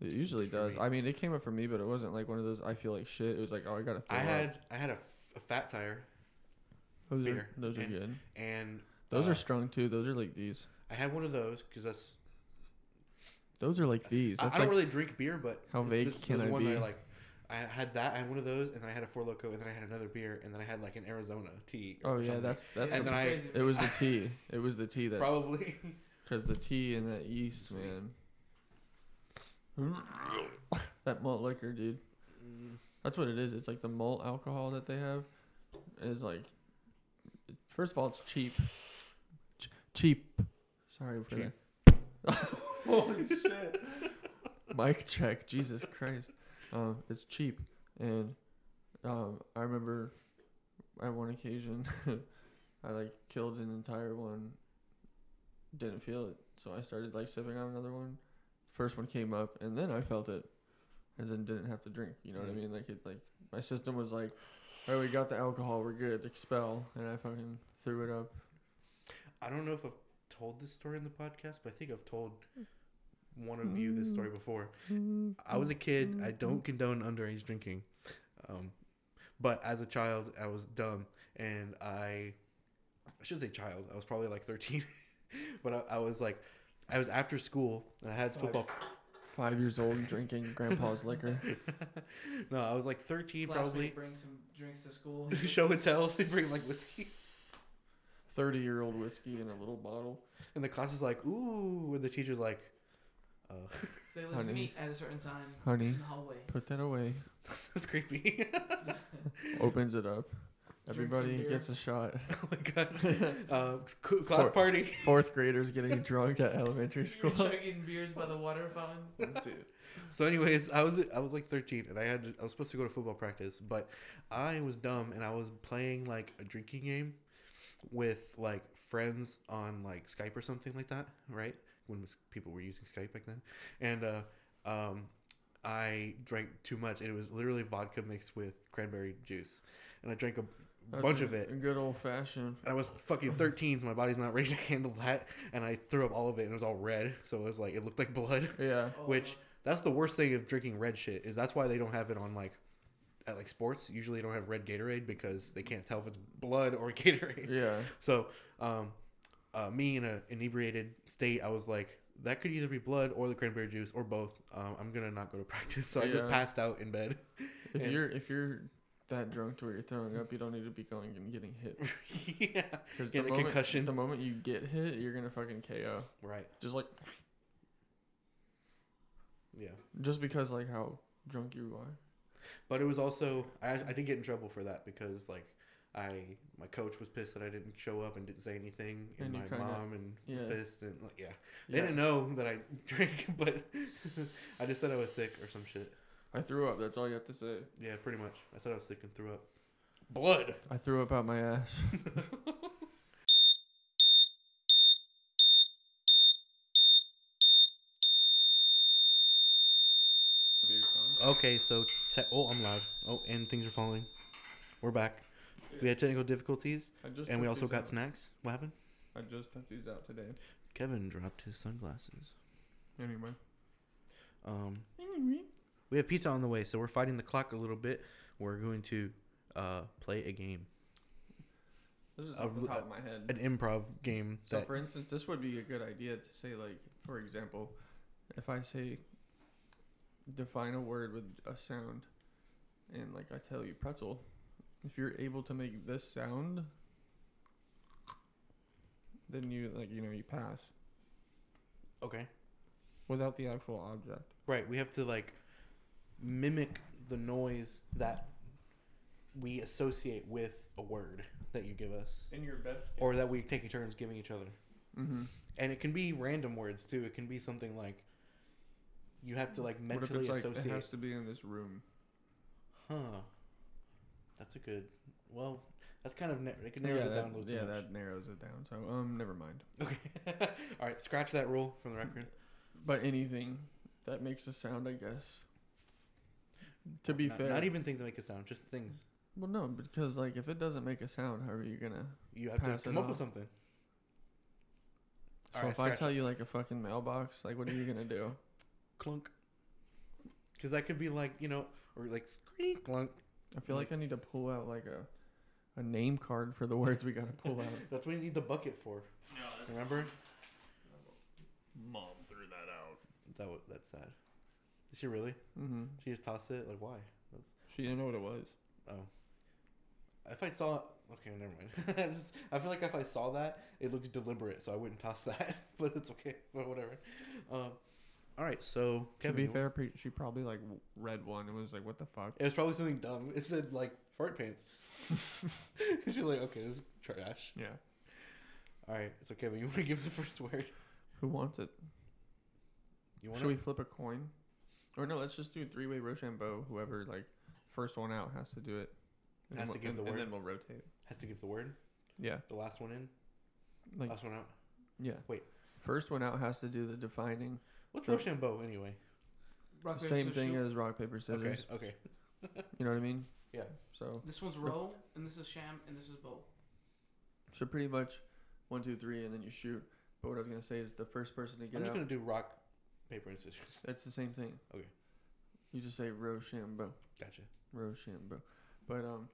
It usually For does. me. I mean, it came up for me, but it wasn't like one of those. I feel like shit. It was like, oh, I gotta. Throw I up. had I had a, f- a fat tire those beer, are those and- are good. and Those uh, are strong too. Those are like these. I had one of those because that's Those are like these. I, I That's don't like really drink beer, but How this- vague this- can this I one that be? like I had that. I had one of those, and then I had a four loco, and then I had another beer, and then I had like an Arizona tea. or oh yeah, something. that's that's. And the- then I- crazy. it was the tea. It was the tea that probably. because the tea and that yeast, man. that malt liquor, dude. That's what it is. It's like the malt alcohol that they have is like, first of all, it's cheap. Ch- cheap. Sorry for Cheap. that. Holy shit. Mic check. Jesus Christ. Um, it's cheap. And um, I remember at one occasion, I like killed an entire one. Didn't feel it. So I started like sipping on another one. First one came up, and then I felt it. And then didn't have to drink. You know what I Mhm. mean? Like, it, like my system was like, all right, we got the alcohol. We're good. Expel. And I fucking threw it up. I don't know if I've told this story in the podcast, but I think I've told one of you this story before. I was a kid. I don't condone underage drinking, um, but as a child, I was dumb, and I, I shouldn't say child. I was probably like thirteen, but I, I was like, I was after school, and I had football, five years old drinking grandpa's liquor. no, I was like 13 probably. Classmate brings some drinks to school. Show and tell. They bring like whiskey. Thirty year old whiskey in a little bottle. And the class is like, ooh. And the teacher's like, uh, Say let's Honey. meet at a certain time Honey, in the hallway. put that away. that's creepy. Opens it up. some Everybody beer. gets a shot. oh my God. Uh, c- class Four. party. Fourth graders getting drunk at elementary You're school. chugging beers by the water fountain. Dude. So, anyways, I was I was like 13, and I had to, I was supposed to go to football practice, but I was dumb, and I was playing like a drinking game with like friends on like Skype or something like that, right? When was, people were using Skype back then, and uh, um, I drank too much, and it was literally vodka mixed with cranberry juice, and I drank a That's bunch a- of it. a Good old fashioned. And I was fucking 13, so my body's not ready to handle that, and I threw up all of it, and it was all red, so it was like it looked like blood Yeah. Oh, which that's the worst thing of drinking red shit is that's why they don't have it on like at like sports usually they don't have red gatorade because they can't tell if it's blood or gatorade Yeah. so um uh, me in a inebriated state i was like that could either be blood or the cranberry juice or both um, i'm gonna not go to practice so i just Yeah. passed out in bed If And- you're if you're that drunk to where you're throwing up, you don't need to be going and getting hit. yeah Because Getting a the moment, concussion. The moment you get hit, you're gonna fucking KO. right Just like yeah just because like how drunk you are. but it was also I, I did get in trouble for that because like I my coach was pissed that I didn't show up and didn't say anything, and, And you my kinda- mom and yeah. was pissed and like yeah. They Yeah. didn't know that I drank, but I just said I was sick or some shit. I threw up. That's all you have to say. Yeah, pretty much. I said I was sick and threw up. Blood. I threw up out my ass. Okay, so te- oh, I'm loud. Oh, and things are falling. We're back. We had technical difficulties, I just and we took also these got out. snacks. What happened? I just took these out today. Kevin dropped his sunglasses. Anyway. Um, we have pizza on the way, so we're fighting the clock a little bit. We're going to uh, play a game, This is Uh, off the r- top of my head. an improv game. So, that- for instance, this would be a good idea to say, like, for example, if I say, define a word with a sound, and like I tell you pretzel, if you're able to make this sound, then you, like, you know, you pass okay, without the actual object. right. We have to like mimic the noise that we associate with a word that you give us, In your best. or that we take turns giving each other. Mm-hmm. And it can be random words too. It can be something like you have to like What if mentally it's like, it associate. has to be in this room? Huh. That's a good. Well, that's kind of. Na- it can narrow yeah, it down that, a little too yeah much. that narrows it down. So, um, never mind. Okay. All right. Scratch that rule from the record. But anything that makes a sound, I guess. To be not, fair, not even things that make a sound, just things. Well, no, because like if it doesn't make a sound, how are you gonna? You have Pass to it come up on. with something. So Alright, if I scratch tell you like a fucking mailbox, like what are you gonna do? Clunk. Because that could be like you know, or like scream clunk. I feel like I need to pull out like a a name card for the words we gotta pull out. That's what you need the bucket for. No, that's Remember? mom threw that out. That w- that's sad. Did she really? mm-hmm. She just tossed it. Like why? That's She didn't know what it was. oh. If I saw okay, never mind. I, just, I feel like if I saw that, it looks deliberate, so I wouldn't toss that. but it's okay. But whatever. Um, all right. So Kevin, to you- be fair, pre- she probably like w- read one and was like, "What the fuck?" It was probably something dumb. It said like fart pants. She's like, okay, this is trash. Yeah. All right, so Kevin, you want to give the first word? Who wants it? You Should want we flip a coin? Or no, let's just do three way Rochambeau. Whoever like first one out has to do it. And Has then to we'll- give and, the and word. then we'll rotate. Has to give the word. Yeah. The last one in. Like Last one out. yeah. wait. First one out has to do the defining. What's Sure. Rochambeau anyway? Rock, paper, Same scissors, thing shoot. as rock paper Okay. scissors. Okay. You know what I mean? Yeah. So This one's row, and this is sham, and this is bow. so pretty much one, two, three, and then you shoot. But what I was gonna say is the first person to I'm get just out. gonna do rock, paper, and scissors. It's the same thing. Okay. You just say Rochambeau, Gotcha. Rochambeau, but um,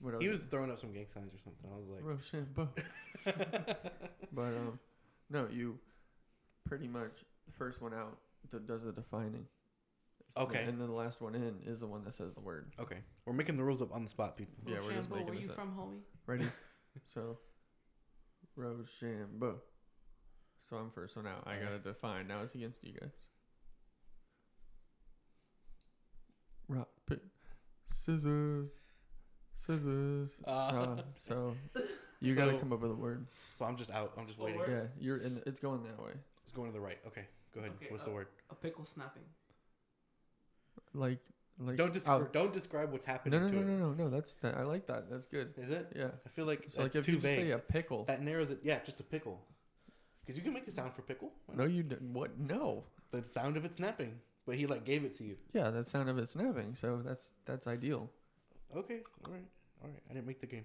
what I He was was throwing up some gang signs or something. I was like, Rochambeau. but um, no, you pretty much the first one out that does the defining. It's the- Okay. and then the last one in is the one that says the word. Okay. We're making the rules up on the spot, people. Yeah, we're just Rochambeau, making where you this up. from, homie? Ready? so, Rochambeau. So I'm first. So now I gotta define. Now it's against you guys. Rock, paper, scissors, scissors. Uh, Uh, so you gotta So- come up with a word. so I'm just out. I'm just Oh, waiting. word. Yeah, you're in. it's going that way. It's going to the right. Okay. Go ahead. Okay, What's uh, the word? A pickle snapping. Like, like. Don't out- descri- don't describe what's No, happening no, to no, it. Is no, no, no. That's that. I like that. That's good. it? Yeah. I feel like So that's like if too you just vague. say a pickle. That narrows it. Yeah, just a pickle. Because you can make a sound for pickle. no, you d- what? No. The sound of it snapping. But he like gave it to you. Yeah, that sound of it snapping. So that's that's ideal. Okay. All right. All right. I didn't make the game.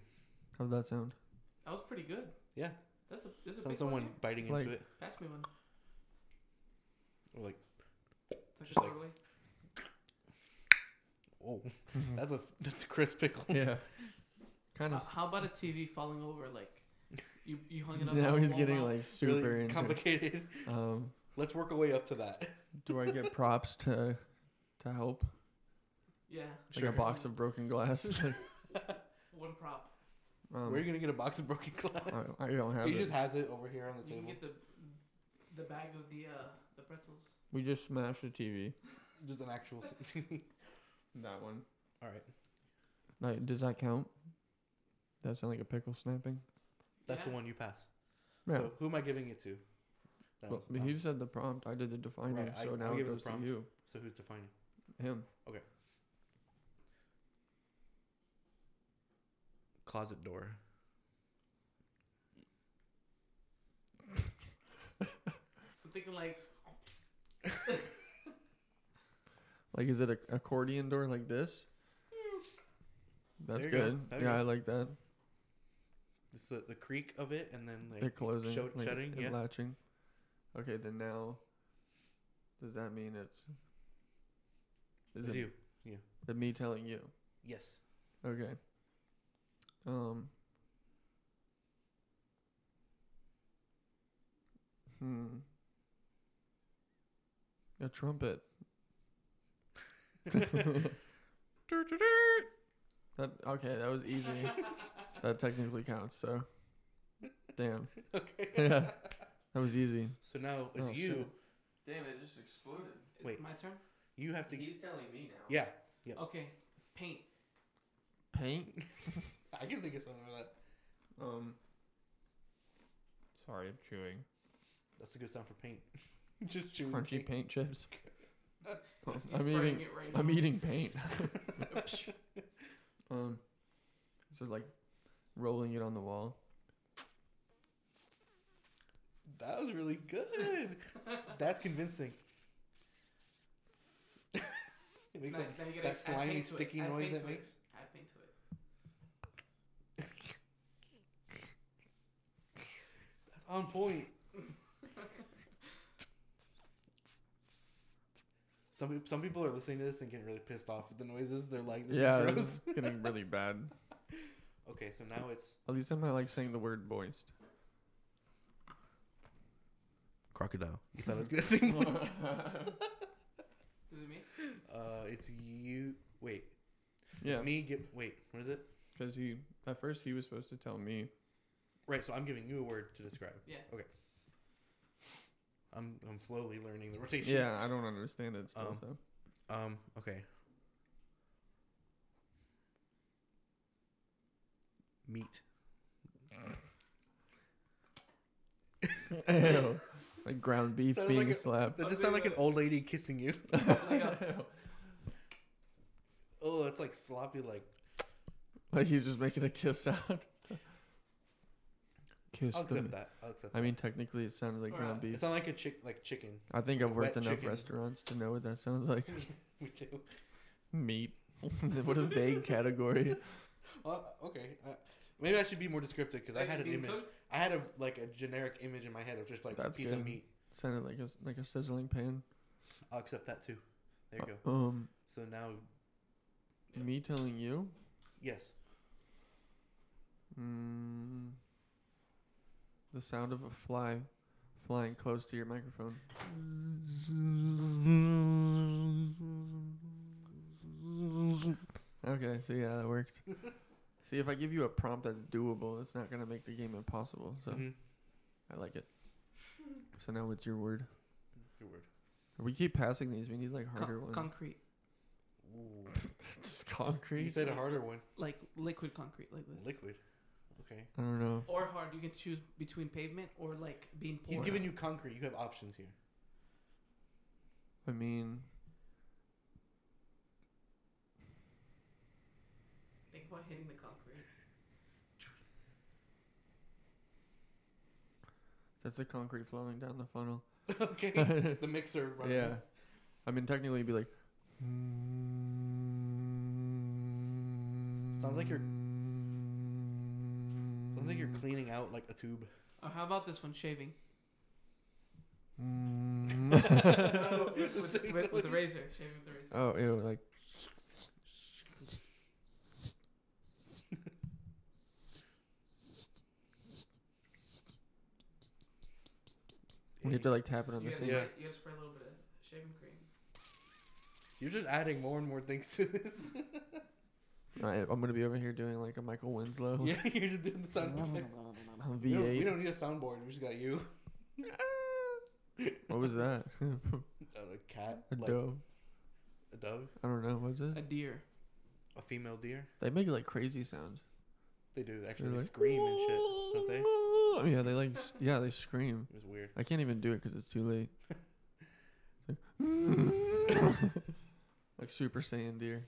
How's that sound? That was pretty good. Yeah. That's a this is a Sounds big someone one. biting Like- into it. yeah. Pass me one. Or like, Just like- throw it away. oh, Mm-hmm. that's a that's a crisp pickle. Yeah. Kind Uh, of. how about a TV falling over? Like you you hung it up. now on he's the getting wall like Really super into it. complicated. Um, Let's work our way up to that. do I get props to to help? Yeah. Like a box of broken glass. One prop. um, Where are you gonna get a box of broken glass? I, I don't have He it. just has it over here on the You can table. get the the bag of the uh the pretzels. we just smashed the TV. Just an actual. That one. All right, Like, does that count? That sound like a pickle snapping? that's Yeah. the one you pass. Yeah. So who am I giving it to? That Well, was um, the but prompt. he said the prompt. I did the defining, Right, I- so I now it gave it the goes to prompt. you, so who's defining? him. Closet door. I'm thinking like Like, is it a accordion door like this? That's Mm. There you go. good. There you yeah, go. I like that. This is the, the creak of it, and then like it closing, shut- like, shutting. it Yeah. latching. Okay, then now, does that mean it's? Is It's it you. the me telling you? Yes. Okay. Um. Hmm. A trumpet. That, okay, that was easy. that technically counts. So, damn. Okay. Yeah, that was easy. So now it's Oh, you. shit. Damn, it just exploded. it's Wait. my turn. You have to. He's telling me now. Yeah. Okay. Paint. Paint. I can think of something like that. Um. Sorry, I'm chewing. That's a good sound for paint. Just chewing Crunchy paint. paint chips. He's- he's I'm burning eating. it right I'm now. eating paint. um. So like, rolling it on the wall. That was really good. That's convincing. it makes Now- like now you gotta that add slimy, paint to it. sticky Add noise paint that to it. makes. Add paint to it. That's on point. some peop- some people are listening to this and getting really pissed off at the noises. They're like, "This yeah, is this gross." is getting really bad. Okay, so now it's At least I'm not like saying the word voiced. crocodile. You thought I was gonna sing this? Is it me? Uh, it's you. Wait, yeah, it's me. Get wait. What is it? because he at first he was supposed to tell me. Right. So I'm giving you a word to describe. Yeah. I'm I'm slowly learning the rotation. Yeah, I don't understand it still. Um, so Um. Okay. Meat. Ew. like ground beef Sounded being like a- slapped. That just sounds like an old lady kissing you. Like uh, a, Oh, it's like sloppy. Like Like he's just making a kiss sound. kiss. I'll the accept mi- that. I'll accept. I mean, technically, it sounded like Or, ground uh, that. beef. It's not like a chick like chicken. I think I've worked wet enough chicken. restaurants to know what that sounds like. Me too. Meat. what a vague category. Uh, okay. Uh, maybe I should be more descriptive because I like had an being image. cooked? I had a like a generic image in my head of just like That's a piece good. of meat. Sounded like a like a sizzling pan. I'll accept that too. There you go. Um, So now, me telling you. yes. Mm, the sound of a fly flying close to your microphone. Okay, so yeah, that worked. See, if I give you a prompt that's doable, it's not gonna make the game impossible. So Mhm. I like it. So now what's your word? Good word. We keep passing these. We need like Con- harder ones. concrete, Just You concrete. said a harder one. like liquid concrete, like this. Liquid. Okay. I don't know. Or hard. You get to choose between pavement or like being poured. He's giving you concrete. You have options here. I mean, Think about hitting the concrete. that's the concrete flowing down the funnel. okay. The mixer. Running. Yeah. I mean, technically, it'd be like. Sounds like you're. Sounds like you're cleaning out like a tube. Or Uh, how about this one? Shaving Mm. with, with, with, the razor. Shaving with the razor. oh, ew, like. You have to like tap it on you, the gotta same. Yeah. spray, you gotta spray a little bit of shaving cream. You're just adding more and more things to this. I, I'm gonna be over here doing like a Michael Winslow yeah, you're just doing the sound effects. We don't, V8. we don't need a soundboard. We just got you. What was that? Uh, a cat. a like, dove? A dove. I don't know. What was A it? deer. A female deer. They make like crazy sounds. They do. They actually Really? scream and shit, don't they? Oh, yeah, they like. s- Yeah, they scream. It was weird. I can't even do it because it's too late. It's like, like Super Saiyan deer.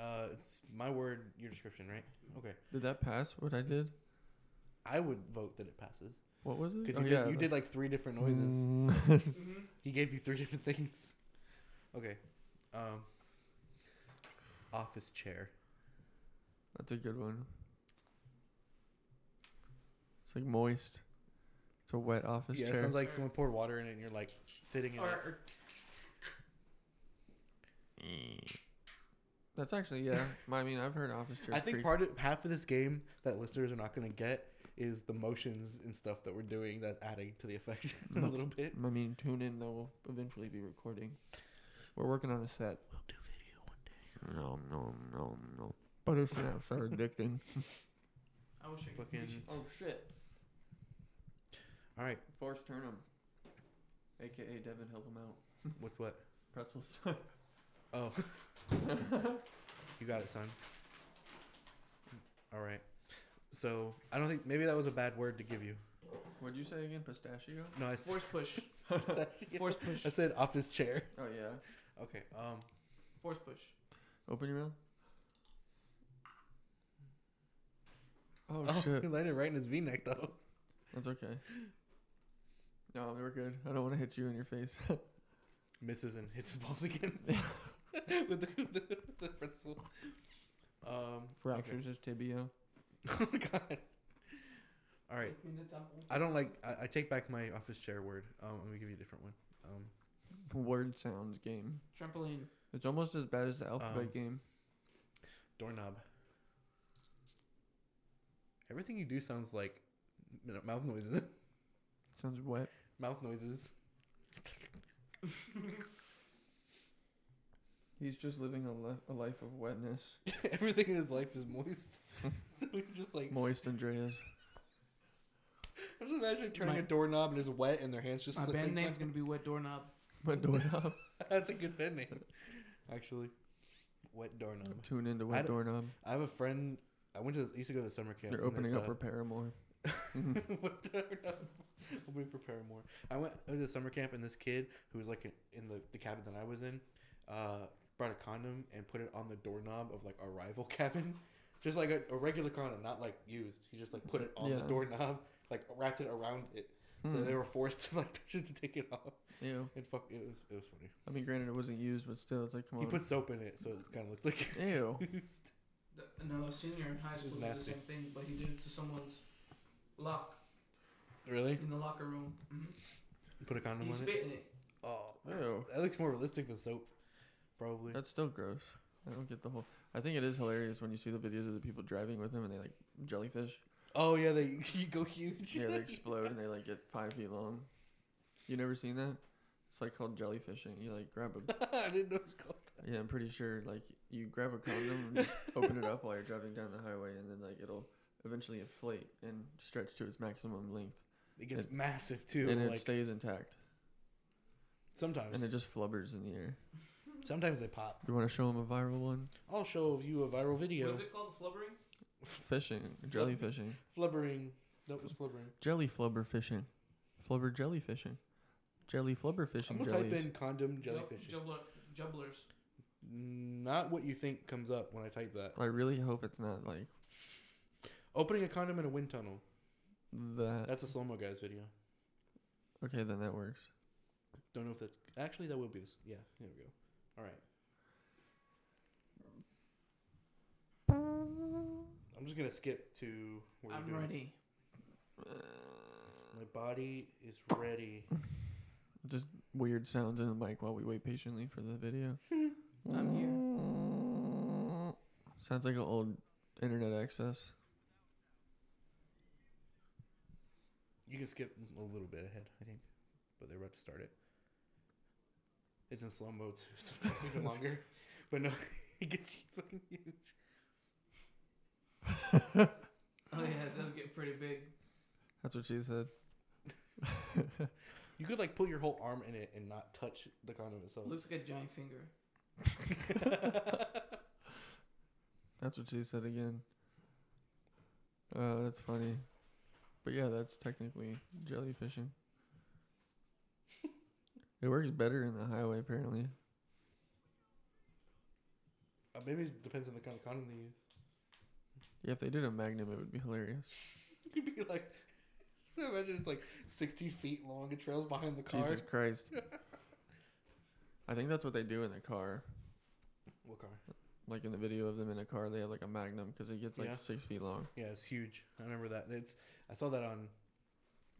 Uh, it's my word, your description, right? Okay. Did that pass? What I did? I would vote that it passes What was it? Oh, because you, did, you did like three different noises. noises. Mm-hmm. he gave you three different things. Okay. Um. Office chair. That's a good one. It's like moist. It's a wet office yeah, it chair. sounds like someone poured water in it, and you're like sitting in Or, it. or That's actually yeah. I mean, I've heard office chairs. I think creak. part of half of this game that listeners are not gonna get is the motions and stuff that we're doing that's adding to the effect a little bit. I mean, tune in. They'll eventually be recording. We're working on a set. We'll do video one day. No, no, no, no. Butter snaps are addicting. I wish I could. Fucking- we should- oh shit. All right. Forrest Turnham, aka Devin, help him out. With what? Pretzels. Oh. you got it, son. All right. So, I don't think maybe that was a bad word to give you. What'd you say again? Pistachio? No, I, s- Force push. I Force push. said office chair. Oh yeah. Okay. Um, Force push. Open your mouth. Oh, oh, shit. he landed right in his V-neck though. That's okay. No, we're good. I don't want to hit you in your face. Misses and hits his balls again with the, the, the pretzel. Um, Fractures his tibia. okay. oh god. All right. Kick me in the temple. I don't like. I, I take back my office chair word. Um, I'm gonna give you a different one. Um, Word sounds game. Trampoline. It's almost as bad as the alphabet Um, game. doorknob. Everything you do sounds like m- mouth noises. Sounds wet. mouth noises. He's just living a, li- a life of wetness. Everything in his life is moist. so he's just like Moist Andreas. I'm just imagining turning My- a doorknob and it's wet and their hands just. My slipping band name's like- gonna be Wet Doorknob. My doorknob. That's a good band name, actually. Wet doorknob. Tune into I wet don't- doorknob. I have a friend. I went to this, used to go to the summer camp. They're and opening this, up uh, for Paramore. Mm-hmm. what the I'll be preparing more. I went to the summer camp and this kid who was like in- in the, the cabin that I was in, uh, brought a condom and put it on the doorknob of like our rival cabin, just like a, a regular condom, not like used. He just like put it on Yeah. Hmm. the doorknob, like wrapped it around it, so they were forced to like touch it to take it off. Ew. And fuck, it was it was funny. I mean, granted, it wasn't used, but still, it's like, come He on. put soap in it, so it kind of looked like it Ew. was used. The- No, senior in high is school did the nasty. same thing, but he did it to someone's lock Really? in the locker room. Mhm. Put a condom He on it. spit in it. Oh, Ew. that looks more realistic than soap, probably. That's still gross. I don't get the whole. I think it is hilarious when you see the videos of the people driving with them and they like jellyfish. Oh yeah, they you go huge. Yeah, they explode and they like get five feet long. You never seen that? It's like called jellyfishing. You like grab a I didn't know it was called that. yeah. I'm pretty sure like you grab a condom and just open it up while you're driving down the highway, and then like it'll eventually inflate and stretch to its maximum length, It gets It- massive too. and it like stays intact, sometimes, and it just flubbers in the air. sometimes they pop. You want to show them a viral one? I'll show you a viral video. What is it called? Flubbering? Fishing, jellyfishing, Flubbering. That was flubbering. jelly flubber fishing, flubber jellyfishing, jelly flubber I'm fishing gonna jellies. type in condom Jub- jellyfish. Jubbler, jubblers. Not what you think comes up when I type that. I really hope it's not like Opening a condom in a wind tunnel. that. That's a slow mo guys video. Okay, then that works. Don't know if that's actually that would be this. Yeah, there we go. All right. I'm just gonna skip to. Where I'm you're doing it. ready. My body is ready. Just weird sounds in the mic while we wait patiently for the video. I'm here. Sounds like an old internet access. You can skip a little bit ahead, I think, but they're about to start it. It's in slow mo too, sometimes even longer. But no, it gets fucking huge. Oh yeah, it does get pretty big. That's what she said. You could like put your whole arm in it and not touch the condom itself. Uh, Looks like a giant finger. That's what she said again. Uh, that's funny. But yeah, that's technically jellyfishing. it works better in the highway, apparently. Uh, maybe it depends on the kind of condom they use. Yeah, if they did a magnum, it would be hilarious. You could be like, imagine it's like 16 feet long. It trails behind the car. Jesus Christ. I think that's what they do in the car. What car? Like in the video of them in a car, they have like a magnum because it gets like Yeah. six feet long. Yeah, it's huge. I remember that. It's I saw that on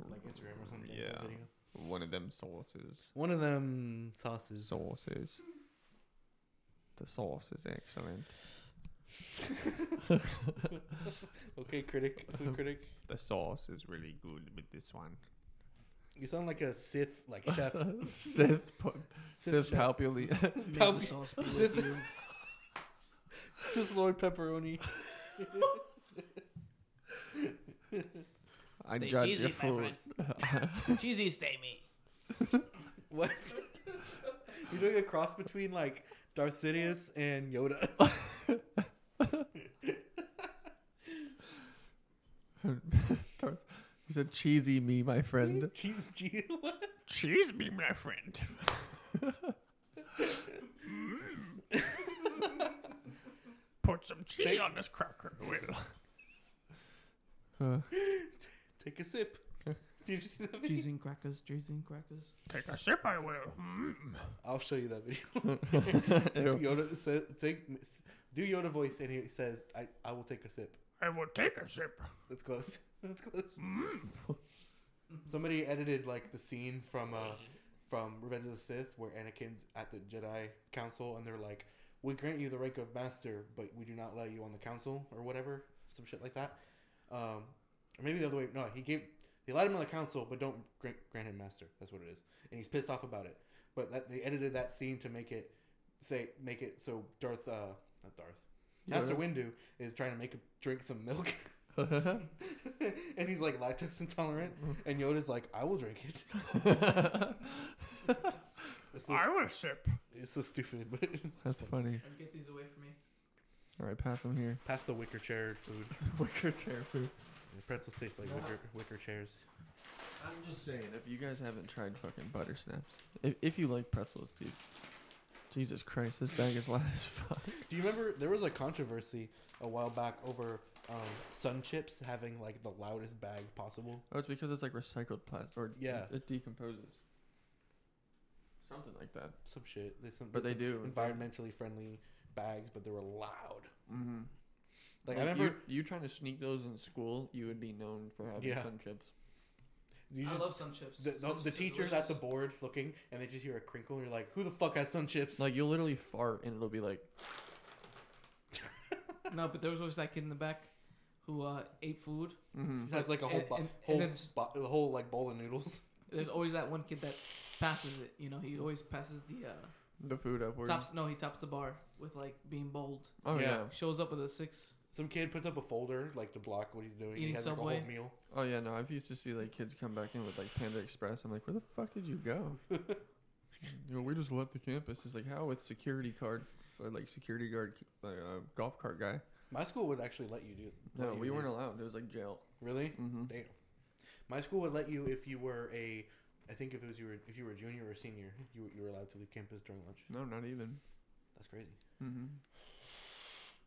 like Instagram or something. that Yeah. video. One of them sauces. One of them sauces. Sauces. The sauce is excellent. Okay, critic, food critic. The sauce is really good with this one. You sound like a Sith, like chef. Sith, po- Sith Sith chef. Palpuli. May Pal- the sauce be with you. Sith Lord Pepperoni. I judge your food. friend. cheesy stay me. What? You're doing a cross between like Darth Sidious and Yoda. Darth- He said, "Cheesy me, my friend." Cheese, cheese. What? Cheese me, my friend. Put some cheese Say- on this cracker, Will. Huh. Take a sip. Did you see that video? Cheese and crackers, cheese and crackers. Take a sip, I will. Mm. I'll show you that video. Yoda says, "Take, do Yoda voice," and he says, "I, I will take a sip." I will take a sip. That's close. That's close. Somebody edited like the scene from uh from Revenge of the Sith where Anakin's at the Jedi Council and they're like, "We grant you the rank of Master, but we do not allow you on the council or whatever, some shit like that." Um, or maybe the other way. No, he gave they allowed him on the council, but don't grant, grant him Master. That's what it is, and he's pissed off about it. But that they edited that scene to make it say make it so Darth uh not Darth Master Windu is trying to make him drink some milk. and he's like lactose intolerant, and Yoda's like, "I will drink it." it's, so, I will sip. it's so stupid, but it's That's fun. funny. And get these away from me. All right, pass him here. pass the wicker chair food. Wicker chair food. The pretzels taste like wicker wicker chairs. I'm just saying, if you guys haven't tried fucking butter snaps, if, if you like pretzels, dude. Jesus Christ, this bag is loud as fuck. Do you remember there was a controversy a while back over um, Sun Chips having like the loudest bag possible? Oh, it's because it's like recycled plastic, or Yeah. it decomposes. Something like that. Some shit. There's some, But there's they do, some in fact. environmentally friendly bags, but they were loud. Mm-hmm. Like, I remember you, you trying to sneak those in school, you would be known for having Yeah. sun chips. you I just love sun chips. The, the, Sun the chips are teacher's at the delicious. board looking, and they just hear a crinkle, and you're like, "Who the fuck has sun chips?" Like you'll literally fart and it'll be like, No, but there was always that kid in the back who uh, ate food. mm-hmm. has like a whole and- bo- and- and whole it's- bo- the whole like bowl of noodles. There's always that one kid that passes it. You know, he always passes the uh, The food upwards. tops. No, he tops the bar with like being bold. Oh yeah. Yeah. Shows up with a six. Some kid puts up a folder like to block what he's doing. and he Eating has like Subway. a whole meal. Oh yeah. No, I've used to see like kids come back in with like Panda Express. I'm like, where the fuck did you go? you know, we just left the campus. It's like how with security card, uh, like security guard, like uh, golf cart guy. My school would actually let you do. No, let you we do- weren't allowed. It was like jail. Really? Mm-hmm. Damn. My school would let you if you were a, I think if it was you were if you were a junior or a senior, you were- you were allowed to leave campus during lunch. No, not even. That's crazy. Mm-hmm.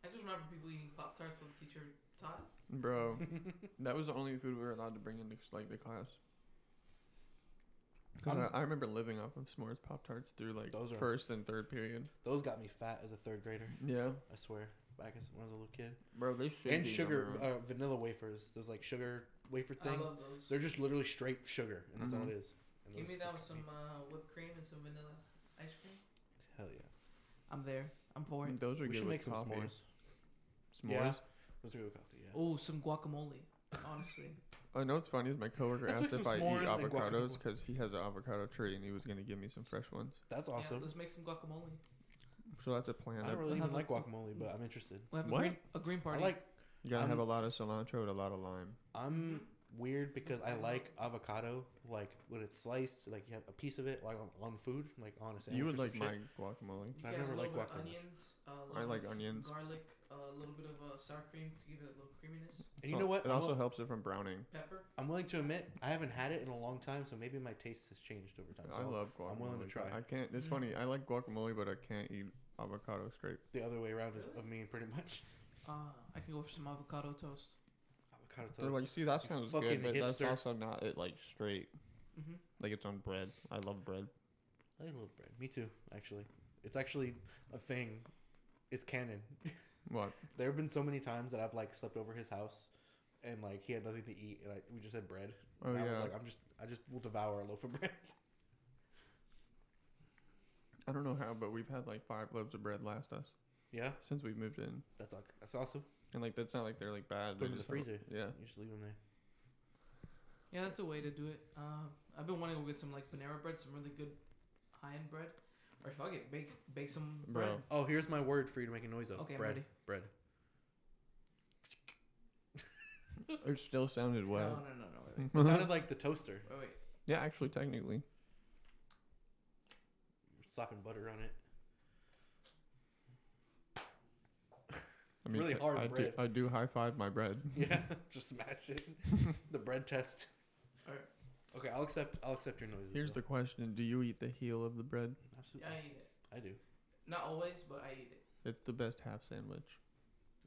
I just remember people eating pop tarts when the teacher taught. Bro, that was the only food we were allowed to bring into like the class. 'Cause I'm- I, I remember living off of s'mores pop tarts through like Those are- first and third period. Those got me fat as a third grader. Yeah, I swear. Back as when I was a little kid. bro, they should and sugar uh, vanilla wafers. Those like sugar wafer I things. love those. They're just literally straight sugar, and Mm-hmm. that's all it is. And Give those me that with just got some uh, whipped cream and some vanilla ice cream. Hell yeah. I'm there. I'm for it. Those are We good should with make some coffee. s'mores. S'mores. Yeah. Those are good with coffee. Yeah. Oh, some guacamole. Honestly, I know it's funny is my coworker Let's make asked some if I eat s'mores and avocados guacamole. because he has an avocado tree and he was gonna give me some fresh ones. That's Yeah, awesome. let's make some guacamole. So that's a plan. I don't I- really I'll even like have guacamole, but I'm interested. We'll have a What? green, a green I party. like. you gotta have a I'm- lot of cilantro and a lot of lime. I'm weird because I like avocado, like when it's sliced, like you have a piece of it, like on, on food, like on a sandwich. you or would some like shit. my You guacamole. I've can have never a little liked bit of guacamole. onions. Uh, a I little like bit of onions. Garlic, uh, a little bit of uh, sour cream to give it a little creaminess. And So- you know what? It I'm, also also helps it from browning. Pepper. I'm willing to admit I haven't had it in a long time, so maybe my taste has changed over time. So I love guacamole. I'm willing to try. I can't. It's Mm. funny. I like guacamole, but I can't eat avocado straight. the other way around is of me, pretty much. Uh, I can go for some avocado toast. Avocado toast. They're like, see, that you sounds fucking good, but that's hipster." also not it like straight. Mm-hmm. Like it's on bread. I love bread. I like a little bread. Me too, actually. It's actually a thing. It's canon. What? There have been so many times that I've like slept over his house, and like he had nothing to eat, and I, we just had bread. Oh and I yeah. was like, I'm just, I just will devour a loaf of bread. I don't know how, but we've had like five loaves of bread last us yeah, since we moved in, that's aw- that's awesome. and like that's not like they're like Put bad. they 'em in the just don't- freezer. Yeah. You just leave them there. Yeah, that's a way to do it. Uh, I've been wanting to go get some like Panera bread, some really good high-end bread, or if I get bake bake some Bro. bread. Oh, here's my word for you to make a noise of. Okay, I'm bread. ready. Bread. It still sounded No, wet. no, no, no. Wait, It sounded like the toaster. wait. wait, wait. yeah, actually, technically, Slapping butter on it. I It's really te- hard I bread. Do, I do high five my bread. Yeah, just smash it. the bread test. Alright. Okay, I'll accept. I'll accept your noises. Here's though. the question: Do you eat the heel of the bread? Yeah, Absolutely. I eat it. I do. Not always, but I eat it. It's the best half sandwich.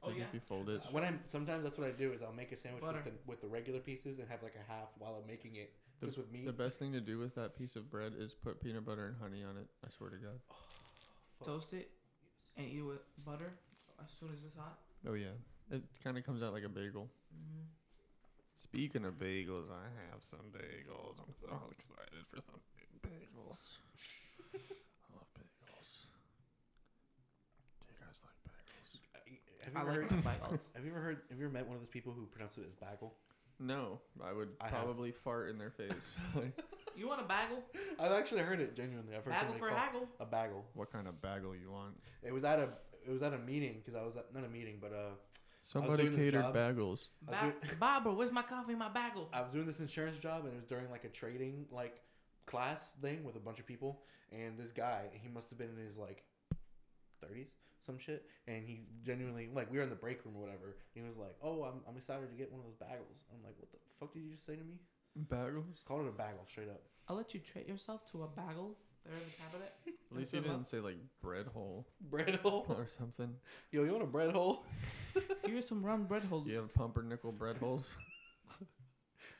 Oh Like, yeah. If you fold it, Uh, When I'm sometimes that's what I do is I'll make a sandwich with the, Butter. with the regular pieces and have like a half while I'm making it The- just with meat. the best thing to do with that piece of bread is put peanut butter and honey on it. I swear to God. Oh. Fuck. Toast it and eat it with butter as soon as it's hot. Oh yeah, it kind of comes out like a bagel. Mm-hmm. Speaking of bagels, I have some bagels. I'm so excited for some bagels. I love bagels. Do you guys like bagels? Have you, I ever like heard, the bagels. have you ever heard? Have you ever met one of those people who pronounce it as bagel? No, I would I have. probably fart in their face. Like, You want a bagel? I've actually heard it genuinely. I've heard Bagel somebody for call- haggle. a bagel. what kind of bagel you want? It was at a it was at a meeting because I was at, not a meeting, but uh, Somebody doing this catered job. bagels. Ba- Barbara, where's my coffee? My bagel. I was doing this insurance job and it was during like a trading like class thing with a bunch of people and this guy he must have been in his like 30s some shit and he genuinely like we were in the break room or whatever and he was like oh I'm, I'm excited to get one of those bagels I'm like what the fuck did you just say to me Bagels? called it a bagel straight up I'll let you treat yourself to a bagel there in the cabinet. At least he didn't say like bread hole bread hole or something. yo you want a bread hole Here's some round bread holes. You have pumpernickel bread holes.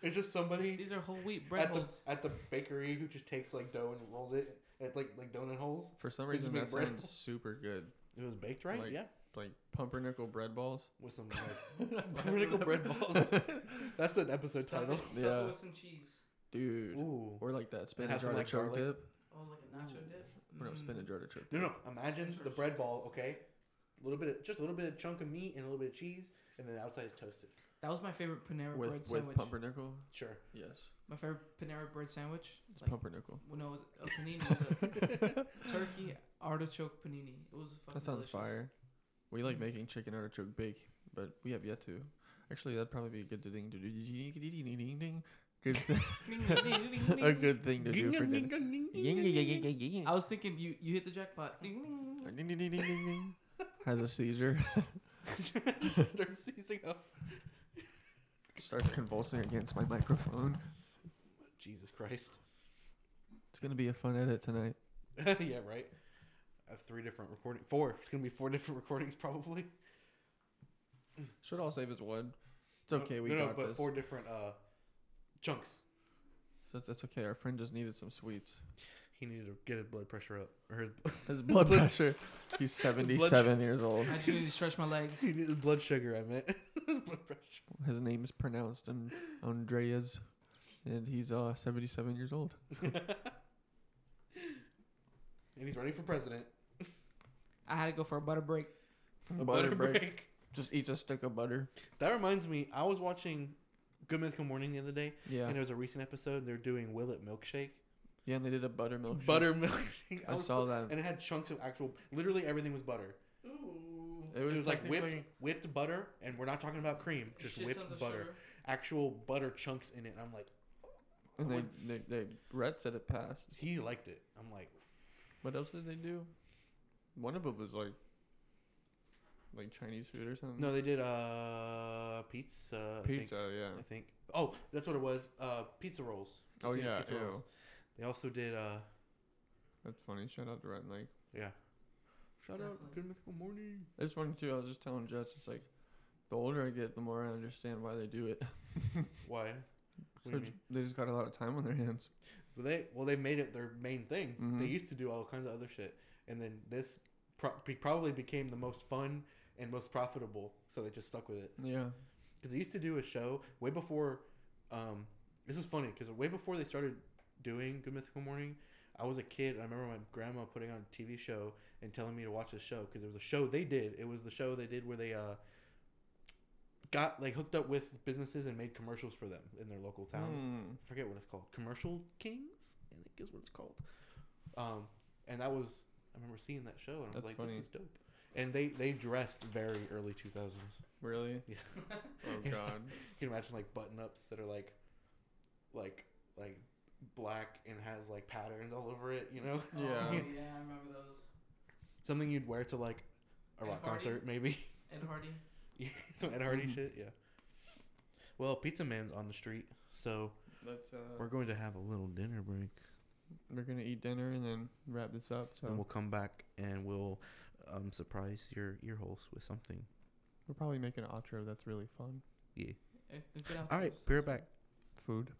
it's just somebody These are whole wheat bread at the holes. at the bakery who just takes like dough and rolls it at like like donut holes For some They just reason, make that bread sounds holes. super good. it was baked right Like- yeah Like pumpernickel bread balls. with some like pumpernickel bread balls that's an episode Stuff title it, stuff Yeah. it with some cheese. Dude. Ooh. Or like that have spinach some, like, artichoke garlic. dip. Oh, like a nacho dip. Or no, Mm. spinach artichoke No, no. Imagine Spinach the or bread ball. Okay, a little bit, of, just a little bit of chunk of meat and a little bit of cheese, and then outside is toasted. That was my favorite Panera with bread with sandwich. pumpernickel. Sure. Yes. My favorite Panera bread sandwich. It's Like, pumpernickel. when I was a panini was a turkey artichoke panini. It was fucking That sounds delicious. fire. We Mm. like making chicken artichoke bake, but we have yet to. Actually, that'd probably be a good thing to do. Good, a good thing to do for dinner. I was thinking you you hit the jackpot. Ding, ding, ding. Has a seizure. Start seizing up. Starts convulsing against my microphone. Jesus Christ. It's gonna be a fun edit tonight. yeah, right. I have three different recording. Four. It's gonna be four different recordings probably. Should all save as one. It's okay. We no, no, got but this. four different uh, chunks. So that's okay. Our friend just needed some sweets. He needed to get his blood pressure up, or his, His blood pressure. He's seventy-seven years old. I just need to stretch my legs. he needed blood sugar. I meant His blood pressure. His name is pronounced and Andreas, and he's uh seventy-seven years old. And he's running for president. I had to go for a butter break. A butter break. Just eats a stick of butter. That reminds me. I was watching Good Mythical Morning the other day, Yeah. and there was a recent episode. They're doing Willet milkshake, Yeah, and they did a buttermilk. shake. butter milkshake. I was saw so- that. and it had chunks of actual. Literally everything was butter. It It was, was, like whipped technically- whipped butter, and we're not talking about cream, just Shit tons whipped of butter, sugar. actual butter chunks in it. And I'm like, And they, they, they Rhett said it passed. he liked it. I'm like, What else did they do? One of them was like, like Chinese food or something. no, they did uh pizza. I think. pizza. yeah. I think. Oh, that's what it was. Uh, pizza rolls. Oh, Pizza's yeah, ew. They also did. uh That's funny. Shout out to Rhett. and, Like Yeah. Shout Definitely. out Good Mythical Morning. this one too. I was just telling Jess. It's like, the older I get, the more I understand why they do it. Why? What do you They mean? j- they just got a lot of time on their hands. Well, they well they made it their main thing. Mhm. They used to do all kinds of other shit, and then this pro- be- probably became the most fun and most profitable. So they just stuck with it. Yeah. because they used to do a show way before. Um, this is funny because way before they started doing Good Mythical Morning, I was a kid. And I remember my grandma putting on a TV show and telling me to watch this show because it was a show they did. It was the show they did where they uh, got like hooked up with businesses and made commercials for them in their local towns. Hmm. I forget what it's called. Commercial Kings, I think is what it's called. Um, and that was I remember seeing that show and I was That's like, funny. this is dope. And they they dressed very early two thousands. Really? Yeah. Oh God. You can imagine like button ups that are like, like like black and has like patterns all over it. You know, Oh, Yeah. yeah, I remember those. something you'd wear to like a Ed rock Hardy? concert maybe. Ed Hardy. Yeah, Some Ed Hardy Mhm. shit. Yeah. Well, Pizza Man's on the street, so That's uh. we're going to have a little dinner break. We're gonna eat dinner and then wrap this up. So Then we'll come back and we'll um, surprise your ear holes with something. we'll probably make an outro that's really fun. Eh, good All right, outfits. be right back. Food.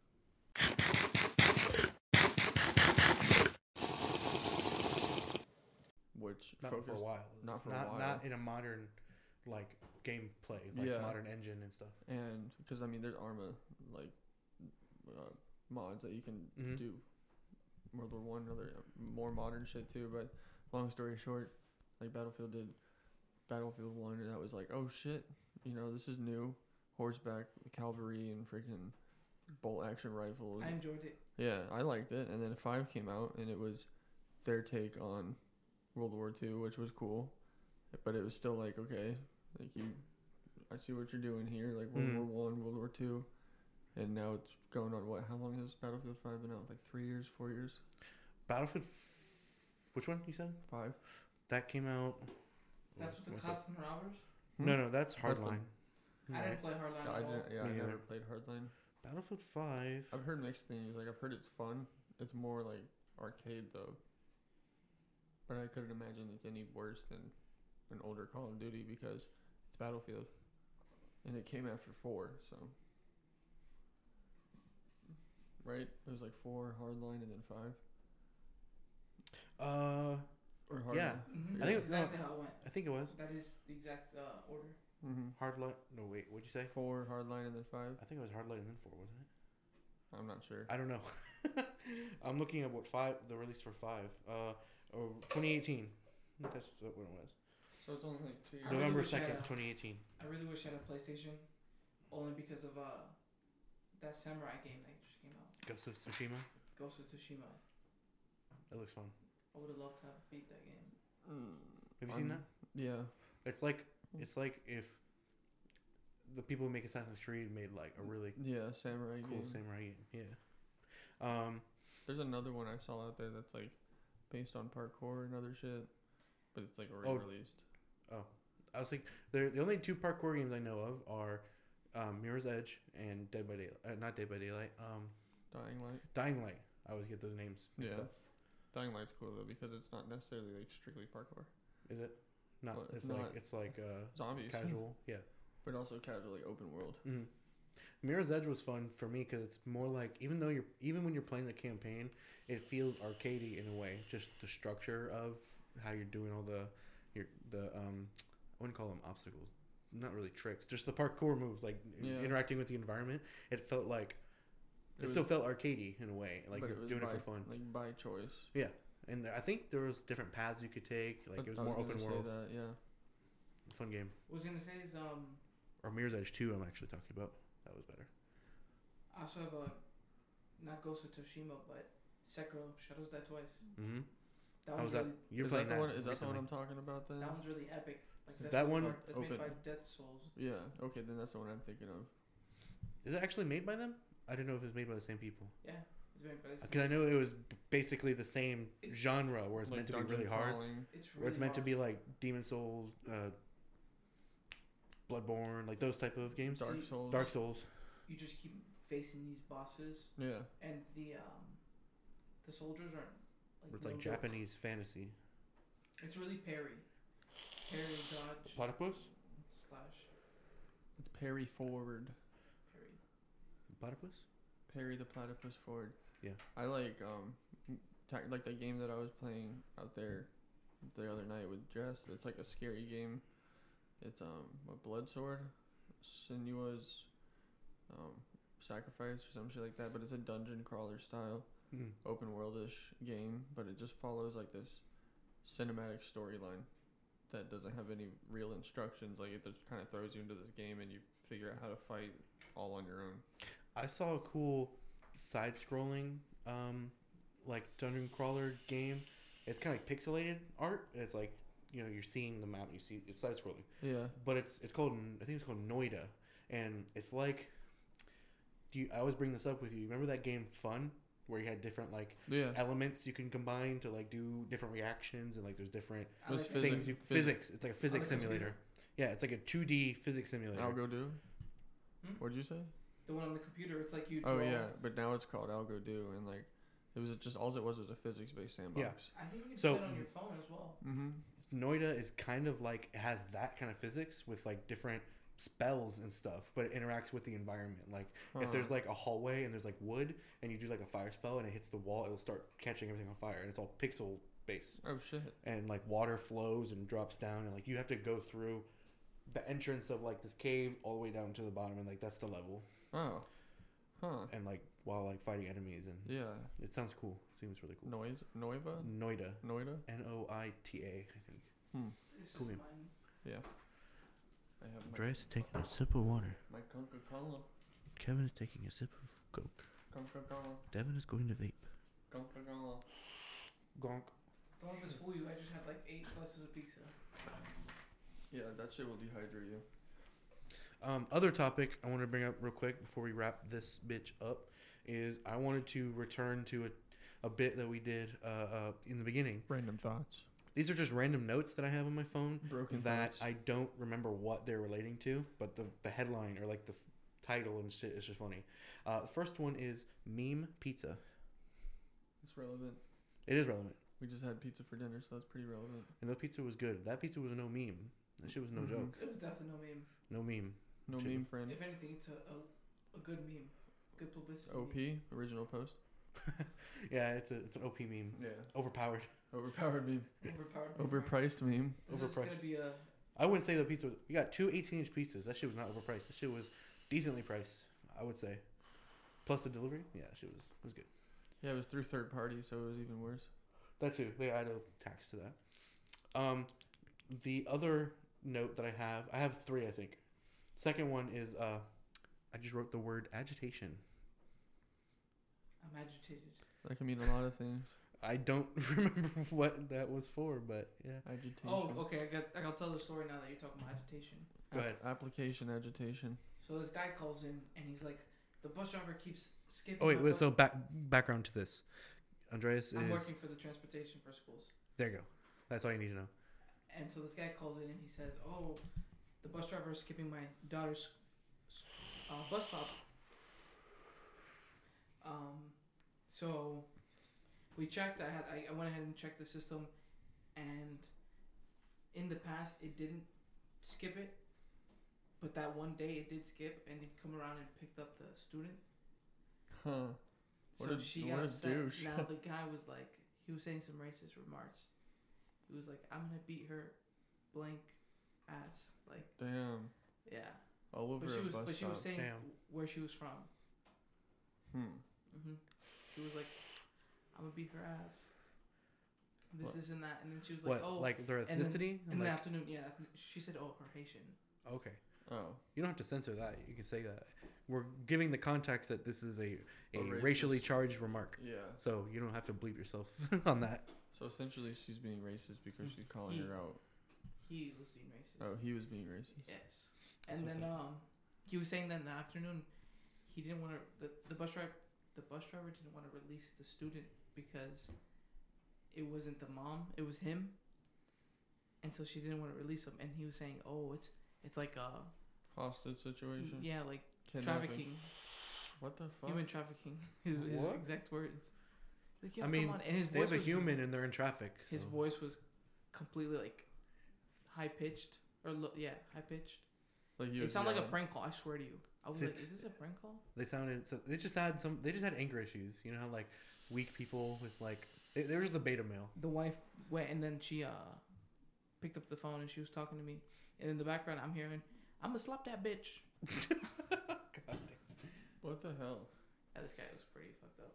Which focused- while. not for a not, while. Not in a modern like gameplay, like Yeah. modern engine and stuff. and because I mean there's Arma like uh, mods that you can Mhm. do World War One, other uh, more modern shit too. But long story short, like Battlefield did Battlefield One, and that was like, oh shit, you know this is new, horseback cavalry and freaking bolt action rifles. I enjoyed it. yeah, I liked it. And then Five came out, and it was their take on World War Two, which was cool, but it was still like okay, like you, I see what you're doing here, like World Mhm. War One, World War Two, and now it's going on what? How long has Battlefield Five been out? Like three years, four years, Battlefield. f- Which one you said? five? That came out. That's what the What's cops and robbers. No, no, that's That's the- Hardline. I Right. didn't play Hardline Yeah, I at all. didn't. Yeah, I Me neither. never played Hardline. Battlefield Five. I've heard mixed things. Like I've heard it's fun. It's more like arcade though. But I couldn't imagine it's any worse than an older Call of Duty because it's Battlefield, and it came after four. So right, it was like four Hardline and then five Uh, or Yeah. Mhm, I That's think it was- exactly how it went. I think it was That is the exact uh, order. Mm-hmm. Hardline. No, wait. What'd you say? Four Hardline and then five. I think it was Hardline and then four, wasn't it? I'm not sure. I don't know. I'm looking at what five the release for five. Uh, oh, 2018. I think That's what it was. So it's only like two. I really November wish I had second, a- 2018. I really wish I had a PlayStation, only because of uh, that samurai game that just came out. Ghost of Tsushima. Ghost of Tsushima. It looks fun. I would have loved to have beat that game. Have you seen that? Um, Yeah. It's like Hmm. it's like if the people who make Assassin's Creed made like a really Yeah, samurai Mm-hmm. cool game. samurai game. Yeah. Um, There's another one I saw out there that's like based on parkour and other shit, but it's like already Oh. released. oh, I was like, there- the only two parkour games I know of are um, Mirror's Edge and Dead by Daylight. Uh, not Dead by Daylight. Um, Dying Light. Dying Light. I always get those names mixed Yeah. up. Dying Light's cool though because it's not necessarily like strictly parkour. Is it? Not. Well, it's it's not. like it's like uh, Zombies. casual. Yeah. But also casually open world. Mm. Mirror's Edge was fun for me because it's more like even though you're even when you're playing the campaign, it feels arcadey in a way. Just the structure of how you're doing all the your the um I wouldn't call them obstacles, not really tricks, just the parkour moves, like Yeah. interacting with the environment. It felt like it, was- still felt arcadey in a way, like but you're was doing by, it for fun. Like by choice. yeah, and there, I think there was different paths you could take. Like But it was I more gonna open say world, That, yeah. fun game. What I was gonna say is um Or Mirror's Edge Two, I'm actually talking about. That was better. I also have a not Ghost of Tsushima but Sekiro Shadows Die Twice. Mm-hmm. That How one's was that? really, You're Oh, is playing that the one? Is that the recently. one I'm talking about then? that one's really epic. Like So that's that made one- by- that's Open. made by Dead Souls. Yeah. Okay, then that's the one I'm thinking of. Is it actually made by them? I didn't know if it was made by the same people. Yeah, it's made by Because I know it was b- basically the same It's- genre where it's Like meant to be dungeon really hard. crawling. It's really where it's meant to hard. be like Demon Souls, uh, Bloodborne, like those type of games. Dark You- Souls. Mm. Dark Souls. you just keep facing these bosses Yeah. and the um the soldiers aren't like, Where it's no like joke. Japanese fantasy. It's really parry. Parry dodge Platypus? slash It's parry forward. parry. Platypus? Parry the platypus forward. Yeah. I like um, ta- like that game that I was playing out there, the other night with Jess. It's like a scary game. It's um a blood sword, Sinua's, um, sacrifice or some shit like that. But it's a dungeon crawler style, Mm. open worldish game. But it just follows like this cinematic storyline that doesn't have any real instructions. Like it just kind of throws you into this game and you figure out how to fight all on your own. I saw a cool side scrolling, um, like dungeon crawler game. It's kind of like pixelated art. And it's like, you know, you're seeing the map, you see it's side scrolling. Yeah. but it's it's called I think it's called Noida, and it's like. Do you, I always bring this up with you? Remember that game Fun, where you had different like Yeah. elements you can combine to like do different reactions and like there's different I Those like physics- things you physi- physics. It's like a physics computer. simulator. Yeah, it's like a two D physics simulator. Algo do. Hmm? What'd you say? The one on the computer, it's like you draw Oh yeah, but now it's called Algo do, and like it was just all it was was a physics based sandbox. I think you can So- Mm. do it on your phone as well. Mm-hmm. Noida is kind of like it has that kind of physics with like different spells and stuff, but it interacts with the environment. Like if there's like a hallway and there's like wood and you do like a fire spell and it hits the wall, it'll start catching everything on fire and it's all pixel based. Oh shit. and like water flows and drops down and like you have to go through the entrance of like this cave all the way down to the bottom and like that's the level Oh. Huh. and like while like fighting enemies and Yeah. it sounds cool seems really cool Noise. Noiva. noida Noida. n-o-i-t-a i think This Cool. is mine. Yeah. I have my, Andreas taking a sip of water my Coca Cola. Kevin is taking a sip of coke Coca Cola. Devin is going to vape Coca Cola. gonk Don't let this fool you. I just had like eight slices of pizza. Yeah, that shit will dehydrate you. um, other topic I want to bring up real quick before we wrap this bitch up is I wanted to return to a, a bit that we did uh, uh, in the beginning Random thoughts. these are just random notes that I have on my phone Broken that thoughts. I don't remember what they're relating to, but the, the headline or like the f- title and shit is just funny. Uh, the first one is meme pizza. It's relevant. It is relevant, We just had pizza for dinner, so that's pretty relevant. and the pizza was good. That pizza was no meme. That shit was no Mhm. joke. It was definitely no meme. No meme. No Chicken. meme friend. If anything, it's a, a, a good meme. Good publicity. OP meme. original post. Yeah, it's a it's an OP meme. Yeah. Overpowered. Overpowered meme. Overpowered. meme, right? Overpriced meme. This is gonna overpriced. be a I wouldn't say the pizza. Was, we got two 18 inch pizzas. That shit was not overpriced. That shit was decently priced. I would say. Plus the delivery. Yeah, that shit was was good. Yeah, it was through third party, so it was even worse. That too. They add a tax to that. Um, the other note that I have, I have three, I think. Second one is uh, I just wrote the word agitation. I'm agitated. That can mean a lot of things. I don't remember what that was for, but yeah. Agitation. Oh, okay. I got. I got to tell the story now that you're talking about agitation. Go ahead. Application agitation. So this guy calls in and he's like, the bus driver keeps skipping. Oh wait, my wait bus- so back background to this. Andreas I'm is working for the transportation for schools. there you go. That's all you need to know. And so this guy calls in and he says, "Oh, the bus driver is skipping my daughter's s- uh, bus stop." Um, so we checked. I had I, I went ahead and checked the system, and in the past it didn't skip it, but that one day it did skip, and it come around and picked up the student. Huh. So What a- she what got a upset. douche. Now the guy was like, he was saying some racist remarks. He was like, "I'm gonna beat her, blank, ass." Like, Damn. yeah. All over But she a was, bus but she stop. was saying Damn. where she was from. hmm. hmm She was like, "I'm gonna beat her ass." This, What? this, and that, and then she was like, What? "Oh." like their and then- ethnicity? in the Like- afternoon, yeah, she said, "Oh, her Haitian." okay. Oh. You don't have to censor that. You can say that. We're giving the context that this is a, a, A racist- racially charged remark. Yeah. So you don't have to bleep yourself on that. So essentially, she's being racist because she's calling He- her out. He was being racist. Oh, he was being racist. Yes. That's and what then they- um, he was saying that in the afternoon, he didn't want to the, the bus driver the bus driver didn't want to release the student because it wasn't the mom, it was him. And so she didn't want to release him, and he was saying, "Oh, it's it's like uh, Hostage situation. yeah, like Kidnapping. trafficking, What the fuck? human trafficking." His, his What? exact words. Like, yeah, I come mean, on. and his They voice have a was- human and they're in traffic. His so- voice was completely like high pitched or lo- yeah, high pitched. Like he It was sounded like a yelling. prank call. I swear to you, I was See, like, "Is this a prank call?" They sounded so. They just had some. They just had anger issues. You know how like weak people with like they, they were just a beta male. the wife went and then she uh picked up the phone and she was talking to me and in the background i'm hearing i'm gonna slap that bitch What the hell? yeah, this guy was pretty fucked up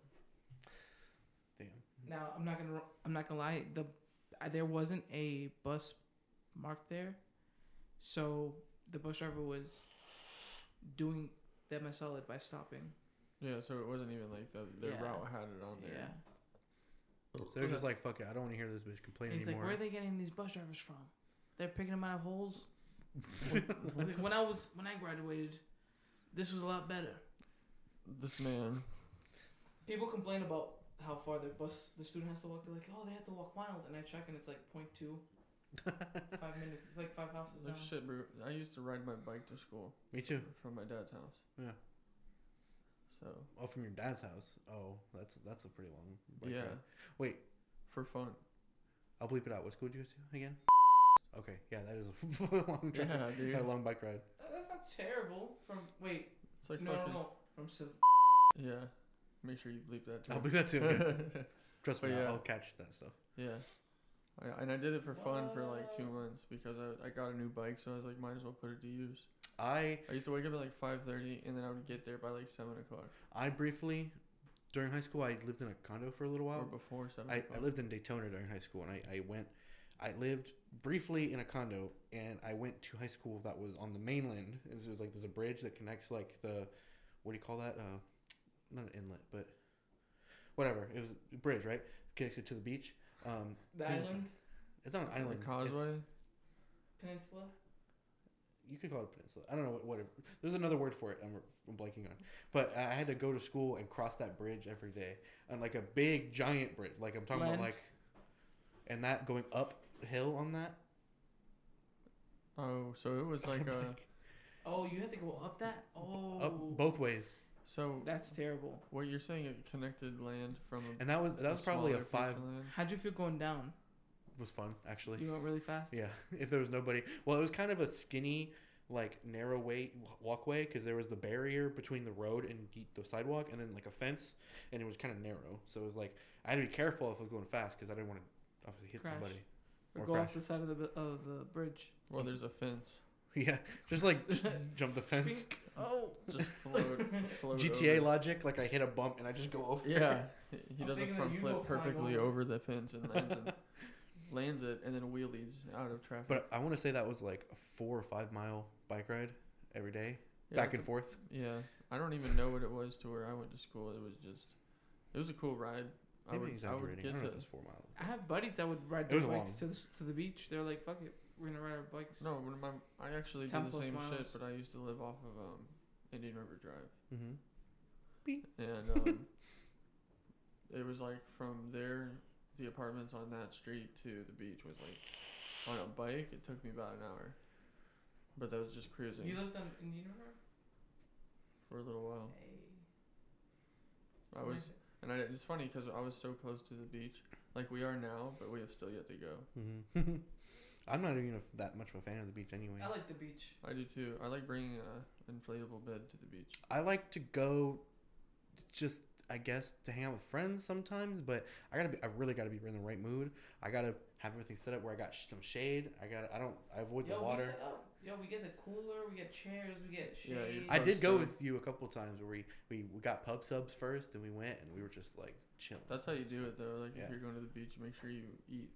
Damn. now i'm not gonna i'm not gonna lie the uh, there wasn't a bus marked there so the bus driver was doing them a solid by stopping Yeah. So it wasn't even like the, their Yeah. route had it on Oh, there. yeah So they're just like fuck it. I don't want to hear this bitch complain and he's like anymore. where are they getting these bus drivers from they're picking them out of holes Like, when i was when i graduated this was a lot better This man. people complain about how far their bus the student has to walk. They're like, oh, they have to walk miles, and I check and it's like point two, five minutes. It's like five houses down. Like shit, bro. I used to ride my bike to school Me too. from my dad's house. Yeah. So Oh, from your dad's house. Oh, that's that's a pretty long. bike yeah, ride. Wait, for fun. I'll bleep it out. What school did you go to again? Okay, yeah, that is a long drive. Yeah, dude. A long bike ride. Uh, That's not terrible. From wait, It's like no, no, fucking no, from Sav- yeah. Make sure you bleep that. I'll too. bleep that too. yeah. Trust me, But yeah. I'll catch that stuff. Yeah. I, and I did it for fun for like two months because I, I got a new bike, so I was like, might as well put it to use. I I used to wake up at like five thirty, and then I would get there by like seven o'clock I briefly during high school I lived in a condo for a little or while. before Oh. seven. Oh, I, I o'clock. lived in Daytona during high school and I, I went I lived briefly in a condo and I went to high school that was on the mainland. It was like there's a bridge that connects like the what do you call that? Uh, not an inlet, but whatever. It was a bridge, right? Connects it to the beach. Um, the Yeah. island it's not an The island. it's- causeway. peninsula. you could call it a peninsula. I don't know what, what it, there's another word for it. I'm, I'm blanking on, but I had to go to school and cross that bridge every day, and like a big giant bridge. Like I'm talking Land. about like, and that going uphill on that. Oh, so it was like a. Oh, you had to go up that. Oh, up both ways, So that's terrible. what you're saying? It connected land from. A, and that was that was probably a smaller piece of five. land? How'd you feel going down? Was fun actually. You went really fast. Yeah, if there was nobody. Well, it was kind of a skinny, like narrow way walkway because there was the barrier between the road and the- the sidewalk, and then like a fence, and it was kind of narrow. So it was like I had to be careful if I was going fast because I didn't want to obviously hit Crash. somebody. Or Or go off crash. the side of the bu- of the bridge. Well, there's a fence. Yeah, just like just jump the fence. Oh, Just float. float GTA over. logic, like I hit a bump and I just go over. Yeah, he- he I'm does a thinking that front you go flip flying perfectly over. over. the fence and lands it, lands it, and then wheelies out of traffic. But I want to say that was like a four or five mile bike ride every day, Yeah, back that's and forth. Yeah, I don't even know what it was to where I went to school. It was just It was a cool ride. I Maybe would, I exaggerating. I, would get don't know to. if it's four miles. I have buddies that would ride It was their a bikes long- to the, s- to the beach. They're like, fuck it, we're gonna ride our bikes. No, when my, I actually Ten did the plus same shit, miles. but I used to live off of um, Indian River Drive. Mm-hmm. and um, it was like from there, the apartments on that street to the beach was like on a bike. It took me about an hour, but that was just cruising You lived on Indian River? for a little while. Hey. I was, and I, it's funny because I was so close to the beach, like we are now, but we have still yet to go. Mm-hmm. I'm not even a- that much of a fan of the beach anyway. I like the beach. I do too. I like bringing a inflatable bed to the beach. I like to go, just I guess to hang out with friends sometimes. But I gotta be, I really gotta be in the right mood. I gotta have everything set up where I got sh- some shade. I got, to I don't, I avoid Yo, the we water. set up- Yo, we get the cooler, we get chairs, we get shade. Yeah, you- I Pub did go subs. with you a couple times where we, we, we got pub subs first and we went and we were just like chilling. That's how you do it though. Like Yeah. if you're going to the beach, make sure you eat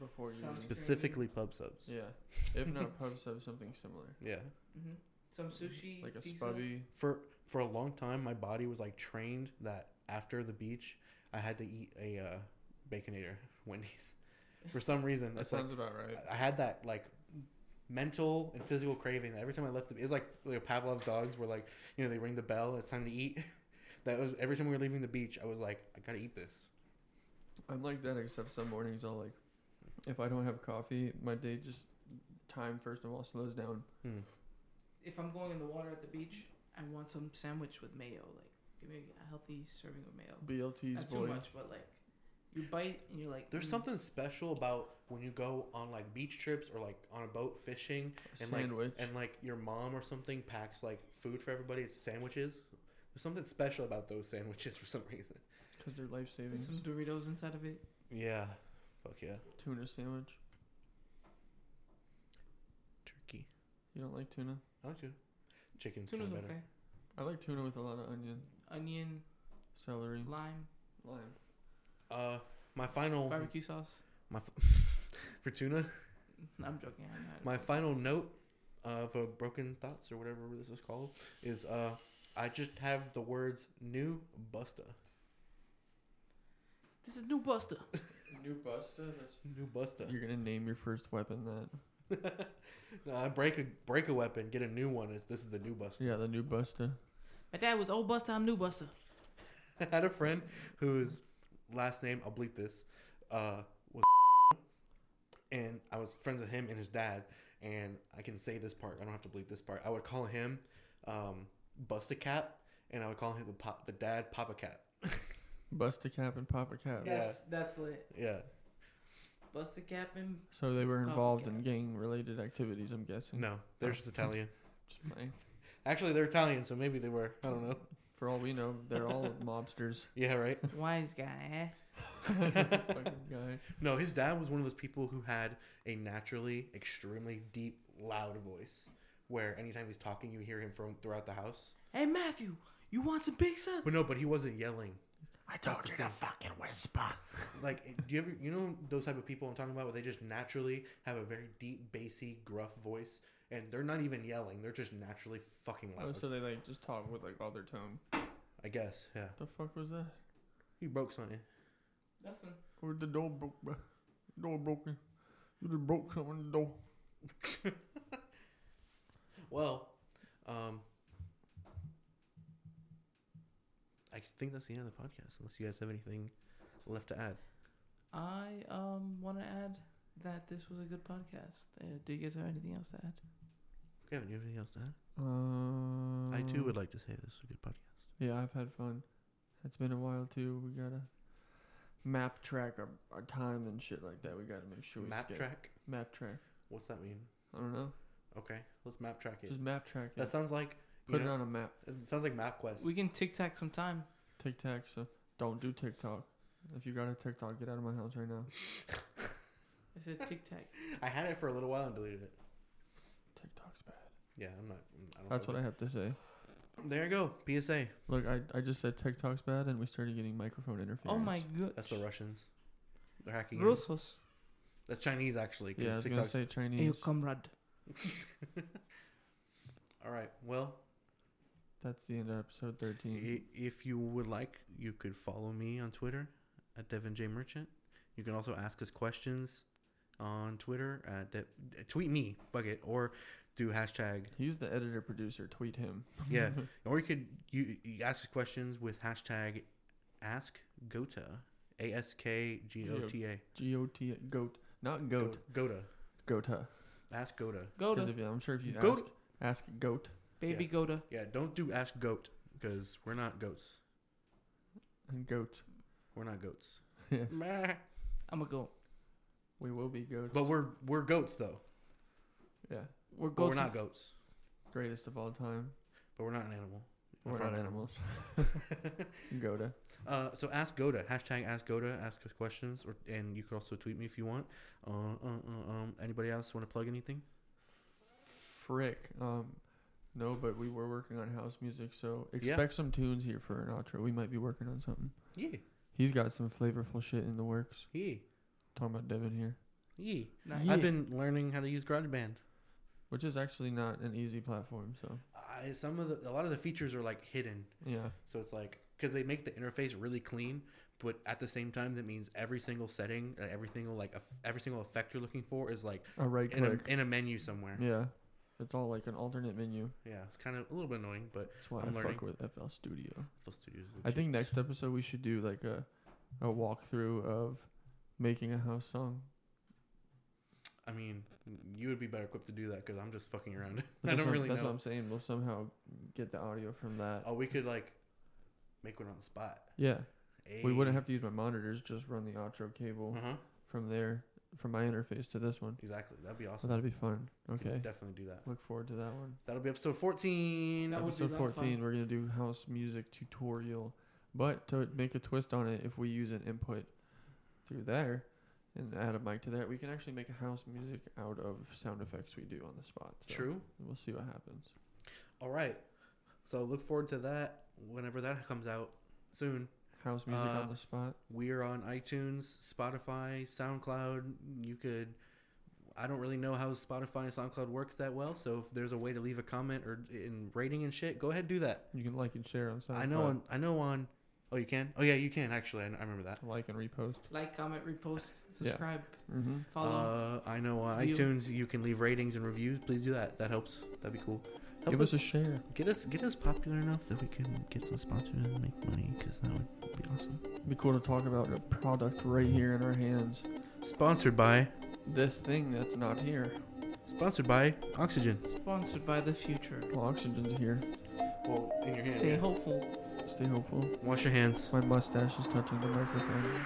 before you. Sounds leave. good. Specifically pub subs. Yeah, if not, pub sub something similar, Yeah. hmm Some sushi. like a pizza. spubby. For for a long time my body was like trained that after the beach I had to eat a uh, baconator Wendy's. For some reason. That it's like sounds about right. I had that like mental and physical craving that every time I left the it was like, like Pavlov's dogs were like, you know, they ring the bell, it's time to eat. that was every time we were leaving the beach, I was like, I gotta eat this. I'm like that except some mornings I'll like if I don't have coffee, my day just time first of all slows down. If I'm going in the water at the beach, I want some sandwich with mayo. Like, give me a healthy serving of mayo. BLT's Not boy. too much, but like, you bite and you're like. There's mm, something special about when you go on like beach trips or like on a boat fishing and Sandwich. like and like your mom or something packs like food for everybody. It's sandwiches. There's something special about those sandwiches for some reason. Cuz they're life there's savings. Some Doritos inside of it. Yeah. Fuck yeah. Tuna sandwich. Turkey. You don't like tuna? I like tuna. Chicken's kind Tuna's of better. okay. I like tuna with a lot of onion, Onion, celery, lime, lime. Uh, my final barbecue sauce. my f- for tuna. I'm joking. I'm not My final note of uh, broken thoughts or whatever this is called is uh, I just have the words new busta. This is New Buster. New Busta, that's New busta. You're going to name your first weapon that. Uh, break a break a weapon, get a new one. Is this is the new Buster? Yeah, the new Busta. My dad was Old Buster. I'm New Buster. I had a friend whose last name I'll bleep this uh, was, and I was friends with him and his dad. And I can say this part. I don't have to bleep this part. I would call him um, Busta Cat, and I would call him the pop, the dad Papa Cat. Busta Cap and Papa Cap. Yeah. That's that's lit. Yeah, Buster Cap and So they were Papa involved in Cap. gang related activities, I'm guessing. no, they're just Italian. Just playing. Actually, they're Italian, so maybe they were. I don't know. For all we know, they're all mobsters. Yeah, right. Wise Guy. eh? Fucking guy. No, his dad was one of those people who had a naturally extremely deep, loud voice, where anytime he's talking, you hear him from throughout the house. Hey Matthew, you want some pizza? But no, but he wasn't yelling. I told you to fucking whisper. Like, eh, do you ever, you know, those type of people I'm talking about, where they just naturally have a very deep, bassy, gruff voice, and they're not even yelling; they're just naturally fucking Oh, loud. so they like just talk with like all their tone. I guess, yeah. The fuck was that? He broke something. Nothing. Or the door broke, bruh. Door broken. You just broke something in the door. Well, um, I think that's the end of the podcast. Unless you guys have anything left to add. I um want to add that this was a good podcast. Uh, do you guys have anything else to add? Kevin, you have anything else to add? Uh, I too would like to say this is a good podcast. Yeah, I've had fun. It's been a while too. We gotta map track our, our time and shit like that. We gotta make sure we map skip- track? Map track. What's that mean? I don't know. Okay, let's map track it. Just map track it. That sounds like you Put it know, on a map. it sounds like MapQuest. We can tic tac some time. Tic Tac. So don't do TikTok. If you got a TikTok, get out of my house right now. I said tic tac. I had it for a little while and deleted it. TikTok's bad. Yeah, I'm not. I don't That's what I have to say. There you go. PSA. Look, I, I just said TikTok's bad, and we started getting microphone interference. Oh my god. That's the Russians. They're hacking. in. Rusos. That's Chinese actually. 'cause Yeah, I was TikTok's- gonna say Hey, Chinese. comrade. All right. Well, That's the end of episode 13. I- If you would like, you could follow me on Twitter at Devin J Merchant. You can also ask us questions on Twitter at De- tweet me, fuck it, or do hashtag He's the editor producer. Tweet him. yeah, or you could you, you ask us questions with hashtag Ask Gota A S K G O T A G O T goat, not goat. Gota Gota. Ask Gota. Go 'Cause to if you- I'm sure if you ask, Goat. ask goat. baby yeah. go to Yeah, don't do Ask Goat because we're not goats. Goat. We're not goats. Yeah. Meh. I'm gonna go. We will be goats. But we're we're goats though. yeah, We're But goats. we're not goats. greatest of all time. But we're not an animal. We're not animals. Gota. Uh, so ask Goda hashtag ask Goda ask us questions or and you could also tweet me if you want. Uh, uh, uh, um, anybody else want to plug anything? Frick. Um, no, but we were working on house music, so Yeah. expect some tunes here for an outro. We might be working on something. Yeah, He's got some flavorful shit in the works. yeah, Talking about Devin here, yeah. Nice. I've been learning how to use GarageBand. which is actually not an easy platform. So I, some of the a lot of the features are like hidden, yeah, so it's like because they make the interface really clean, but at the same time that means every single setting, uh, every single like eff- every single effect you're looking for is like a right in a, click. in a menu somewhere. Oh, Yeah, it's all like an alternate menu. Yeah, it's kind of a little bit annoying, but That's why i I'm learning. fuck with FL Studio. Full Studios. is the I think shit. next episode we should do like a a walkthrough of making a house song. I mean, you would be better equipped to do that because I'm just fucking around. But I that's don't what- really That's know. what I'm saying. We'll somehow get the audio from that. Oh, we could like make one on the spot. Yeah, we wouldn't Ayy. have to use my monitors. Just run the outro cable Uh-huh. from there from my interface to this one. Exactly. That'd be So awesome. that'd be fun. We could Okay, Definitely do that. look forward to that one. That'll be episode 14. That would be episode real 14 fun. we're going to do house music tutorial but to make a twist on it if we use an input through there and add a mic to that we can actually make a house music out of sound effects we do on the spot so True. we'll see what happens All right. So look forward to that whenever that comes out soon. house music Uh, on the spot We are on iTunes, Spotify, SoundCloud. You could. I don't really know how Spotify and SoundCloud works that well, so if there's a way to leave a comment or in rating and shit, go ahead and do that. you can like and share on SoundCloud. I know on. I know on. Oh, you can. Oh yeah, you can actually. I, I remember that. like and repost Like, comment, repost, Yeah. subscribe, mm-hmm. follow. Uh, I know on You- iTunes you can leave ratings and reviews. Please do that. That helps. That'd be cool. Help give us a share get us get us popular enough that we can get some sponsors and make money because that would be awesome. be cool to talk about a product right here in our hands Sponsored by this thing that's not here sponsored by Oxygen. sponsored by the future. well oxygen's here Well, in your hand. Stay hopeful. stay hopeful Wash your hands. my mustache is touching the microphone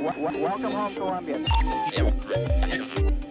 Wel- wel- Welcome home, Columbia.